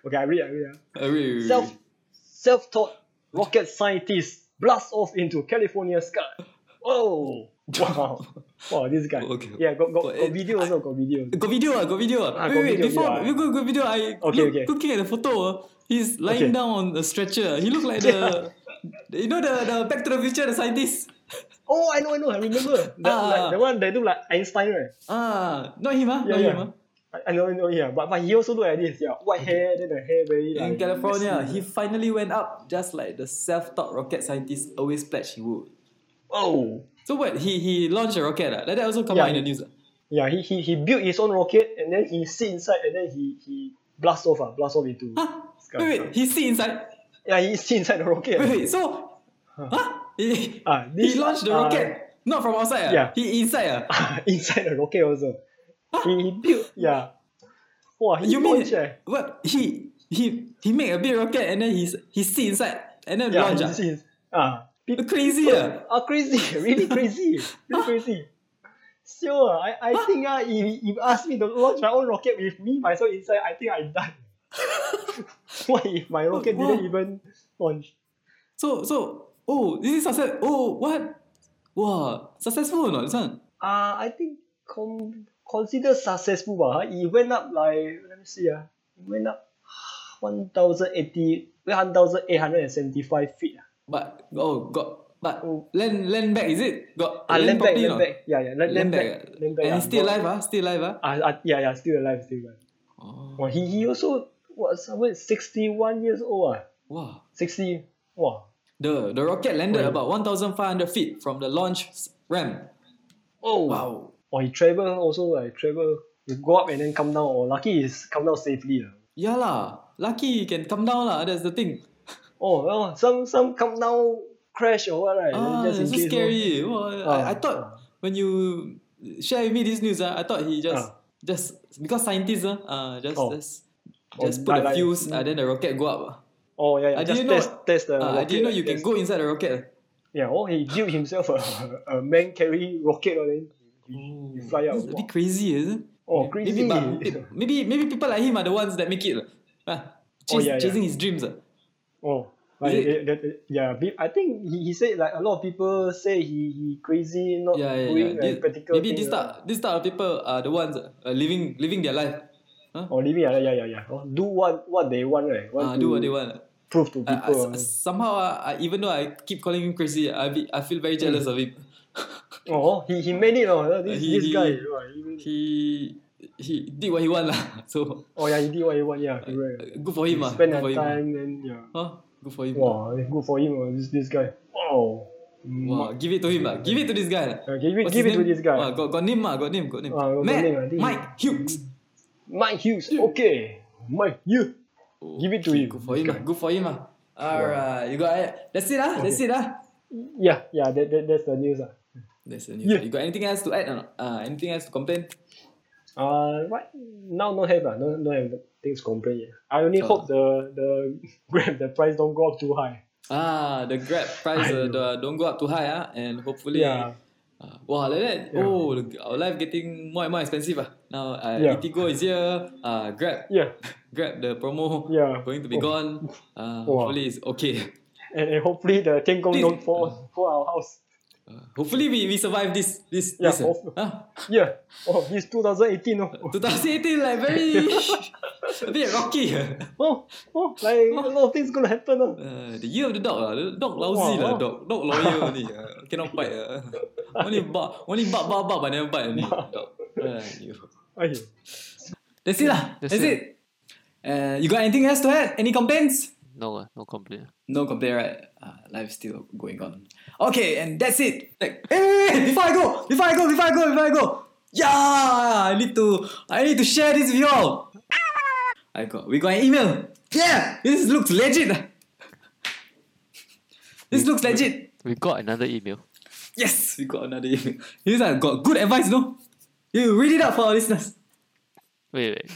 Speaker 3: Okay, I read, I read. ah.
Speaker 1: Uh, wait, wait, wait.
Speaker 3: Self self taught rocket scientist blast off into California sky. Oh wow. Wow, this guy.
Speaker 1: Okay.
Speaker 3: Yeah, got, got,
Speaker 1: But
Speaker 3: got
Speaker 1: it-
Speaker 3: video also, got video.
Speaker 1: Got video ah, got video ah.
Speaker 3: Ah,
Speaker 1: wait,
Speaker 3: got
Speaker 1: wait,
Speaker 3: video,
Speaker 1: before
Speaker 3: yeah.
Speaker 1: we go, got video, I
Speaker 3: Okay,
Speaker 1: look,
Speaker 3: okay.
Speaker 1: looking at the photo, ah, he's lying
Speaker 3: Okay.
Speaker 1: down on a stretcher. ah. He looked like the, you know the, the Back to the Future, the scientist.
Speaker 3: Oh I know, I know, I remember. The,
Speaker 1: Ah.
Speaker 3: like, the one they do like Einstein, right?
Speaker 1: Ah, not him ah,
Speaker 3: Yeah,
Speaker 1: not
Speaker 3: yeah.
Speaker 1: him ah.
Speaker 3: I, I know, I know, yeah. But, but he also look like this, yeah. White hair, then the hair very
Speaker 1: In
Speaker 3: like,
Speaker 1: California,
Speaker 3: messy.
Speaker 1: he finally went up, just like the self-taught rocket scientist always pledged he would.
Speaker 3: Oh.
Speaker 1: So what? He he launched a rocket ah. Like that also come
Speaker 3: Yeah.
Speaker 1: out in the news ah.
Speaker 3: Yeah, he, he, he built his own rocket and then he sit inside and then he, he blast off, uh, blast off into
Speaker 1: Huh?
Speaker 3: sky.
Speaker 1: Wait, wait, he sit inside.
Speaker 3: Yeah, he sit inside the rocket.
Speaker 1: Wait, wait, so, huh? He,
Speaker 3: Ah,
Speaker 1: he
Speaker 3: this-
Speaker 1: launched the
Speaker 3: ah.
Speaker 1: rocket, not from outside ah.
Speaker 3: Yeah.
Speaker 1: He inside ah.
Speaker 3: inside the rocket also.
Speaker 1: Huh?
Speaker 3: He, he built, yeah. Wow, he
Speaker 1: You mean
Speaker 3: launched, eh.
Speaker 1: what he he he make a big rocket and then he s- he sit inside and then
Speaker 3: Yeah,
Speaker 1: launch
Speaker 3: he
Speaker 1: ah.
Speaker 3: sit- ah. People
Speaker 1: Crazy ah.
Speaker 3: are crazy, really crazy, really crazy. Sure, I, I think uh, if if you ask me to launch my own rocket with me myself inside, I think I'm done. what if my rocket
Speaker 1: Wow.
Speaker 3: didn't even launch?
Speaker 1: So so oh this is success. Oh what? Wow, successful or not this one?
Speaker 3: Uh, I think con- considered successful. Uh, it went up like, let me see, uh, it went up 1,080 1,875 feet. ah.
Speaker 1: But oh got but
Speaker 3: Oh.
Speaker 1: land land back is it? Got
Speaker 3: Ah, land back,
Speaker 1: properly
Speaker 3: land
Speaker 1: or not?
Speaker 3: back. Yeah, yeah, land, land back.
Speaker 1: ah.
Speaker 3: Land back,
Speaker 1: And
Speaker 3: yeah.
Speaker 1: he's still alive ah, still alive ah.
Speaker 3: Ah, ah, yeah, yeah, still alive, still alive.
Speaker 1: Oh,
Speaker 3: Well, he, he also was somewhere 61 years old. Ah.
Speaker 1: wow.
Speaker 3: 60. Wow.
Speaker 1: The the rocket landed
Speaker 3: Oh.
Speaker 1: about 1,500 feet from the launch s- ramp.
Speaker 3: Oh.
Speaker 1: Wow.
Speaker 3: Or he travel also, like travel. You go up and then come down. Or lucky is come down safely. ah.
Speaker 1: Yeah lah. Lucky you can come down lah. That's the thing.
Speaker 3: Oh, well, some some come down crash or what, right?
Speaker 1: Ah,
Speaker 3: Then
Speaker 1: that's so
Speaker 3: in case,
Speaker 1: scary. Wow,
Speaker 3: Ah,
Speaker 1: I, I thought when you share with me this news, ah, I thought he just
Speaker 3: Ah.
Speaker 1: just because scientists, ah, uh, just
Speaker 3: Oh.
Speaker 1: just
Speaker 3: Oh,
Speaker 1: just put the
Speaker 3: like-
Speaker 1: fuse, and then the rocket go up. ah.
Speaker 3: Oh, yeah, yeah.
Speaker 1: I
Speaker 3: just
Speaker 1: didn't know-
Speaker 3: test, test the.
Speaker 1: Ah, I didn't know
Speaker 3: rocket,
Speaker 1: you can
Speaker 3: test-
Speaker 1: go inside the rocket.
Speaker 3: Yeah, oh, he built himself a, a man carry rocket, or then.
Speaker 1: Oh,
Speaker 3: you fly out.
Speaker 1: that's a bit crazy, isn't? it?
Speaker 3: Oh, crazy.
Speaker 1: Maybe, but pe- maybe maybe people like him are the ones that make it. Ah,
Speaker 3: Oh,
Speaker 1: chas-
Speaker 3: yeah, yeah.
Speaker 1: chasing his dreams. ah.
Speaker 3: Oh, like,
Speaker 1: it-
Speaker 3: eh, that- eh, yeah, be- I think he, he said like a lot of people say he, he crazy, not
Speaker 1: yeah, yeah, yeah.
Speaker 3: doing like,
Speaker 1: This-
Speaker 3: practical lah.
Speaker 1: maybe
Speaker 3: things,
Speaker 1: this type, this type of people are the ones uh, living living their life.
Speaker 3: uh, or living like that, yeah, yeah, yeah. Oh, do what what they want, right? Want
Speaker 1: Uh,
Speaker 3: to
Speaker 1: do what they want.
Speaker 3: Prove to people.
Speaker 1: I- I-
Speaker 3: uh.
Speaker 1: somehow, I, I, even though I keep calling him crazy, I, be, I feel very
Speaker 3: Mm.
Speaker 1: jealous of him.
Speaker 3: oh, he, he made it, oh, this,
Speaker 1: he-
Speaker 3: this
Speaker 1: he-
Speaker 3: guy. oh, he made it.
Speaker 1: He he did what he want lah. So
Speaker 3: oh yeah, he did what he want, yeah,
Speaker 1: uh,
Speaker 3: correct.
Speaker 1: good for him ah.
Speaker 3: Spend
Speaker 1: Good
Speaker 3: that
Speaker 1: for him. ah.
Speaker 3: time, then yeah.
Speaker 1: Huh? Good for him. ah.
Speaker 3: Wow, good for him, oh, this, this guy. Wow.
Speaker 1: Wow, give it to him lah. Give it to this guy lah.
Speaker 3: Uh, give it,
Speaker 1: What's
Speaker 3: give
Speaker 1: his
Speaker 3: it to
Speaker 1: name?
Speaker 3: this guy.
Speaker 1: Ah, got got name ah, got name, got name.
Speaker 3: Ah, got
Speaker 1: Matt,
Speaker 3: name, I think.
Speaker 1: Mike Hughes.
Speaker 3: Mike Hughes, okay. Mike Hughes. Give it to
Speaker 1: Okay,
Speaker 3: him.
Speaker 1: Good for him ah. Good for him ah. Alright, you got it. That's it ah. That's it ah.
Speaker 3: Yeah, yeah, that, that, that's the news. ah.
Speaker 1: That's the news.
Speaker 3: Yeah.
Speaker 1: You got anything else to add or not? Uh, anything else to complain?
Speaker 3: Uh, right now no have lah, no no have things complain yet. I only
Speaker 1: Ah.
Speaker 3: hope the the grab the price don't go up too high.
Speaker 1: Ah, the Grab price uh, the, don't go up too high ah, and hopefully.
Speaker 3: Yeah,
Speaker 1: Uh, wow, like that.
Speaker 3: Yeah.
Speaker 1: Oh, the- our life getting more and more expensive ah. Now, uh,
Speaker 3: Yeah.
Speaker 1: Itigo is here. Uh, Grab,
Speaker 3: yeah,
Speaker 1: Grab the promo
Speaker 3: Yeah.
Speaker 1: going to be
Speaker 3: Oh.
Speaker 1: gone. Uh,
Speaker 3: Wow.
Speaker 1: hopefully it's okay.
Speaker 3: and, and hopefully the Tian Gong
Speaker 1: Please.
Speaker 3: don't fall for our house.
Speaker 1: Uh, hopefully we, we survive this this
Speaker 3: Yeah,
Speaker 1: this. ah.
Speaker 3: hopefully.
Speaker 1: Ah,
Speaker 3: Yeah, oh it's 2018 oh.
Speaker 1: 2018 like very a bit rocky. ah.
Speaker 3: oh oh like a lot of things gonna happen oh.
Speaker 1: Uh, the year of the dog lah. The dog lousy
Speaker 3: Wow.
Speaker 1: lah. Dog dog lawyer only. Uh, cannot bite. Uh. only bark only bark bark bark but never bite only. Dog. Uh,
Speaker 3: Okay.
Speaker 1: That's it lah. That's,
Speaker 2: That's
Speaker 1: it. Uh, you got anything else to add? Any complaints?
Speaker 2: No, ah, no complaint.
Speaker 1: No complaint, right? Uh, life's still going on. Okay, and that's it. Like, hey, hey, hey, before I go, before I go, before I go, before I go. Yeah, I need to, I need to share this with you all. I got, we got an email. Yeah, this looks legit. This looks legit.
Speaker 2: We got another email.
Speaker 1: Yes, we got another email. This one got good advice, no? You read it out for our listeners.
Speaker 2: Wait, wait.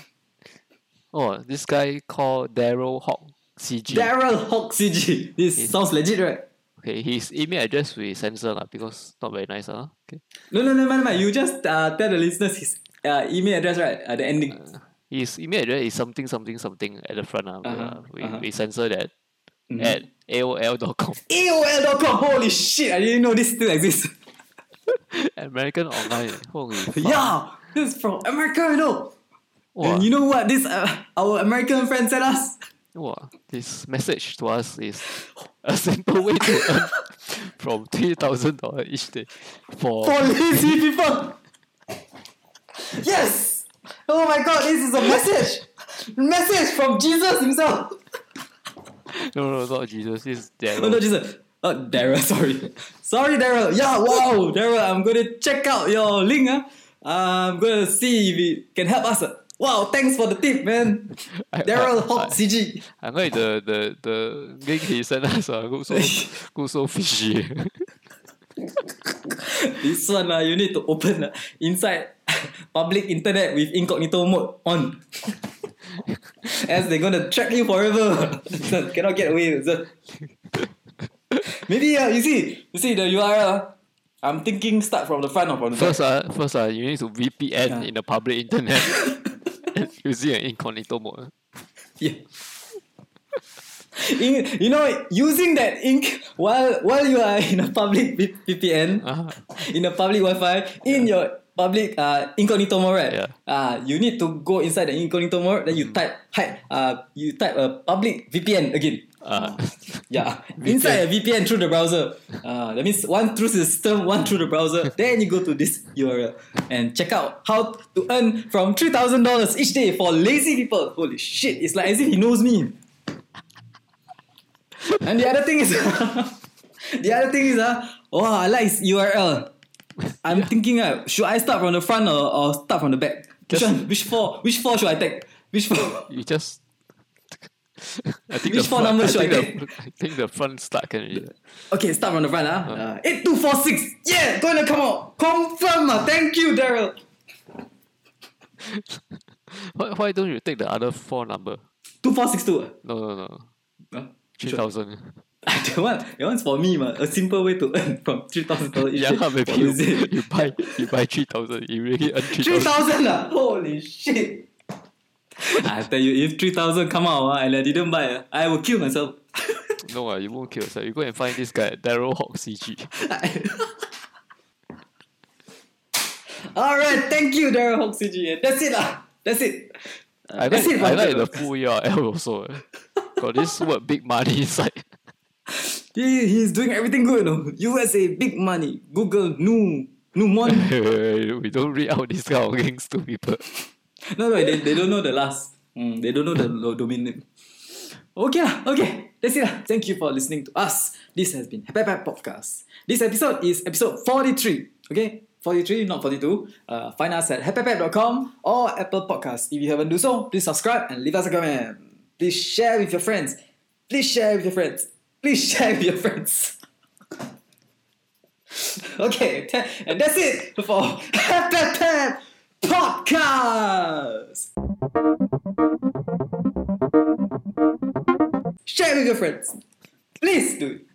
Speaker 2: Oh, this guy called Daryl Hawk CG.
Speaker 1: Daryl Hawk CG. This
Speaker 2: Yes.
Speaker 1: sounds legit, right?
Speaker 2: okay, his email address we censor lah because not very nice ah. Okay.
Speaker 1: No, no, no, no, no. You just uh, tell the listeners his uh, email address, right? At the ending.
Speaker 2: His email address is something something something at the front ah.
Speaker 1: Uh-huh,
Speaker 2: We,
Speaker 1: uh-huh. Mm-hmm.
Speaker 2: we censor that at AOL.com.
Speaker 1: AOL.com. Holy shit, I didn't know this still exists.
Speaker 2: American Online. eh. Holy fuck.
Speaker 1: yeah, this is from America, you know.
Speaker 2: Wah,
Speaker 1: And you know what this uh, our American friend sent us?
Speaker 2: wah, this message to us is a simple way to earn from $3,000 each day for,
Speaker 1: For lazy people. Yes! Oh my god, this is a message! Message from Jesus himself!
Speaker 2: No, no, not Jesus. This is Daryl.
Speaker 1: Oh no, Jesus. Oh, Daryl, sorry. Sorry, Daryl. Yeah, wow, Daryl, I'm gonna check out your link. Huh? I'm gonna see if it can help us. ah. Wow, thanks for the tip, man.
Speaker 2: I-
Speaker 1: Daryl
Speaker 2: I-
Speaker 1: Hawk CG.
Speaker 2: I like the the the link he sent us uh, look so look so fishy.
Speaker 1: This one, uh, you need to open ah, inside public internet with incognito mode on. As they're gonna track you forever. Cannot get away. with it. Maybe uh, you see, you see the URL. I'm thinking start from the front or from the
Speaker 2: First, uh, first uh, you need to VPN
Speaker 1: Yeah.
Speaker 2: in the public internet using an incognito mode.
Speaker 1: Yeah. In, you know, using that ink while while you are in a public V- VPN,
Speaker 2: Ah.
Speaker 1: in a public Wi-Fi, in your public uh, incognito mode, right?
Speaker 2: Yeah.
Speaker 1: Uh, you need to go inside the incognito mode. Then you type hi, uh, you type a public VPN again. Ah.
Speaker 2: Uh,
Speaker 1: Yeah, inside a VPN through the browser. Uh, that means one through the system, one through the browser. then you go to this URL and check out how to earn from three thousand dollars each day for lazy people. Holy shit! It's like as if he knows me. And the other thing is, the other thing is, uh, oh, I like his URL. I'm thinking, uh, should I start from the front or, or start from the back? Which
Speaker 2: Just-
Speaker 1: one? Which four? Which four should I take? Which four?
Speaker 2: you just. I think
Speaker 1: Which
Speaker 2: the
Speaker 1: phone
Speaker 2: front,
Speaker 1: number
Speaker 2: I
Speaker 1: should I
Speaker 2: think, the, I think the front start can be.
Speaker 1: Okay, start from the front, ah. Uh, 8246. Yeah, gonna come out. Confirm, ah. Thank you, Daryl.
Speaker 2: Why, why don't you take the other phone number?
Speaker 1: 2462.
Speaker 2: No, no, no.
Speaker 1: Huh?
Speaker 2: Three thousand.
Speaker 1: that, one, that one's for me, man. A simple way to earn from $3,000 each
Speaker 2: Yeah,
Speaker 1: day.
Speaker 2: maybe
Speaker 1: What
Speaker 2: you,
Speaker 1: is it?
Speaker 2: you buy you buy three thousand. You really earn three thousand.
Speaker 1: 3,000 ah. Holy shit. I tell you, if 3,000 come out ah, and I didn't buy, ah, I will kill myself.
Speaker 2: No, ah, you won't kill yourself. You go and find this guy, Daryl Hawk CG.
Speaker 1: Alright, thank you, Daryl Hawk CG. And That's it, lah. That's it. Uh,
Speaker 2: I
Speaker 1: that's
Speaker 2: like,
Speaker 1: it for
Speaker 2: I like the
Speaker 1: Daryl.
Speaker 2: full URL also. eh. Got this word big money inside.
Speaker 1: He, he's doing everything good, you know. USA, big money. Google, new, new money.
Speaker 2: we don't read out these kind of things to people.
Speaker 1: no, no, they, they don't know the last. Mm, they don't know the lo- domain name. Okay, lah, okay. That's it. lah. Thank you for listening to us. This has been Happy Happy Podcast. This episode is episode 43. Okay? 43, not 42. Uh, find us at happypep.com or Apple Podcasts. If you haven't do so, please subscribe and leave us a comment. Please share with your friends. Please share with your friends. Please share with your friends. okay, tha- and that's it for Happy Happy Podcast. Share with your friends. Please do it.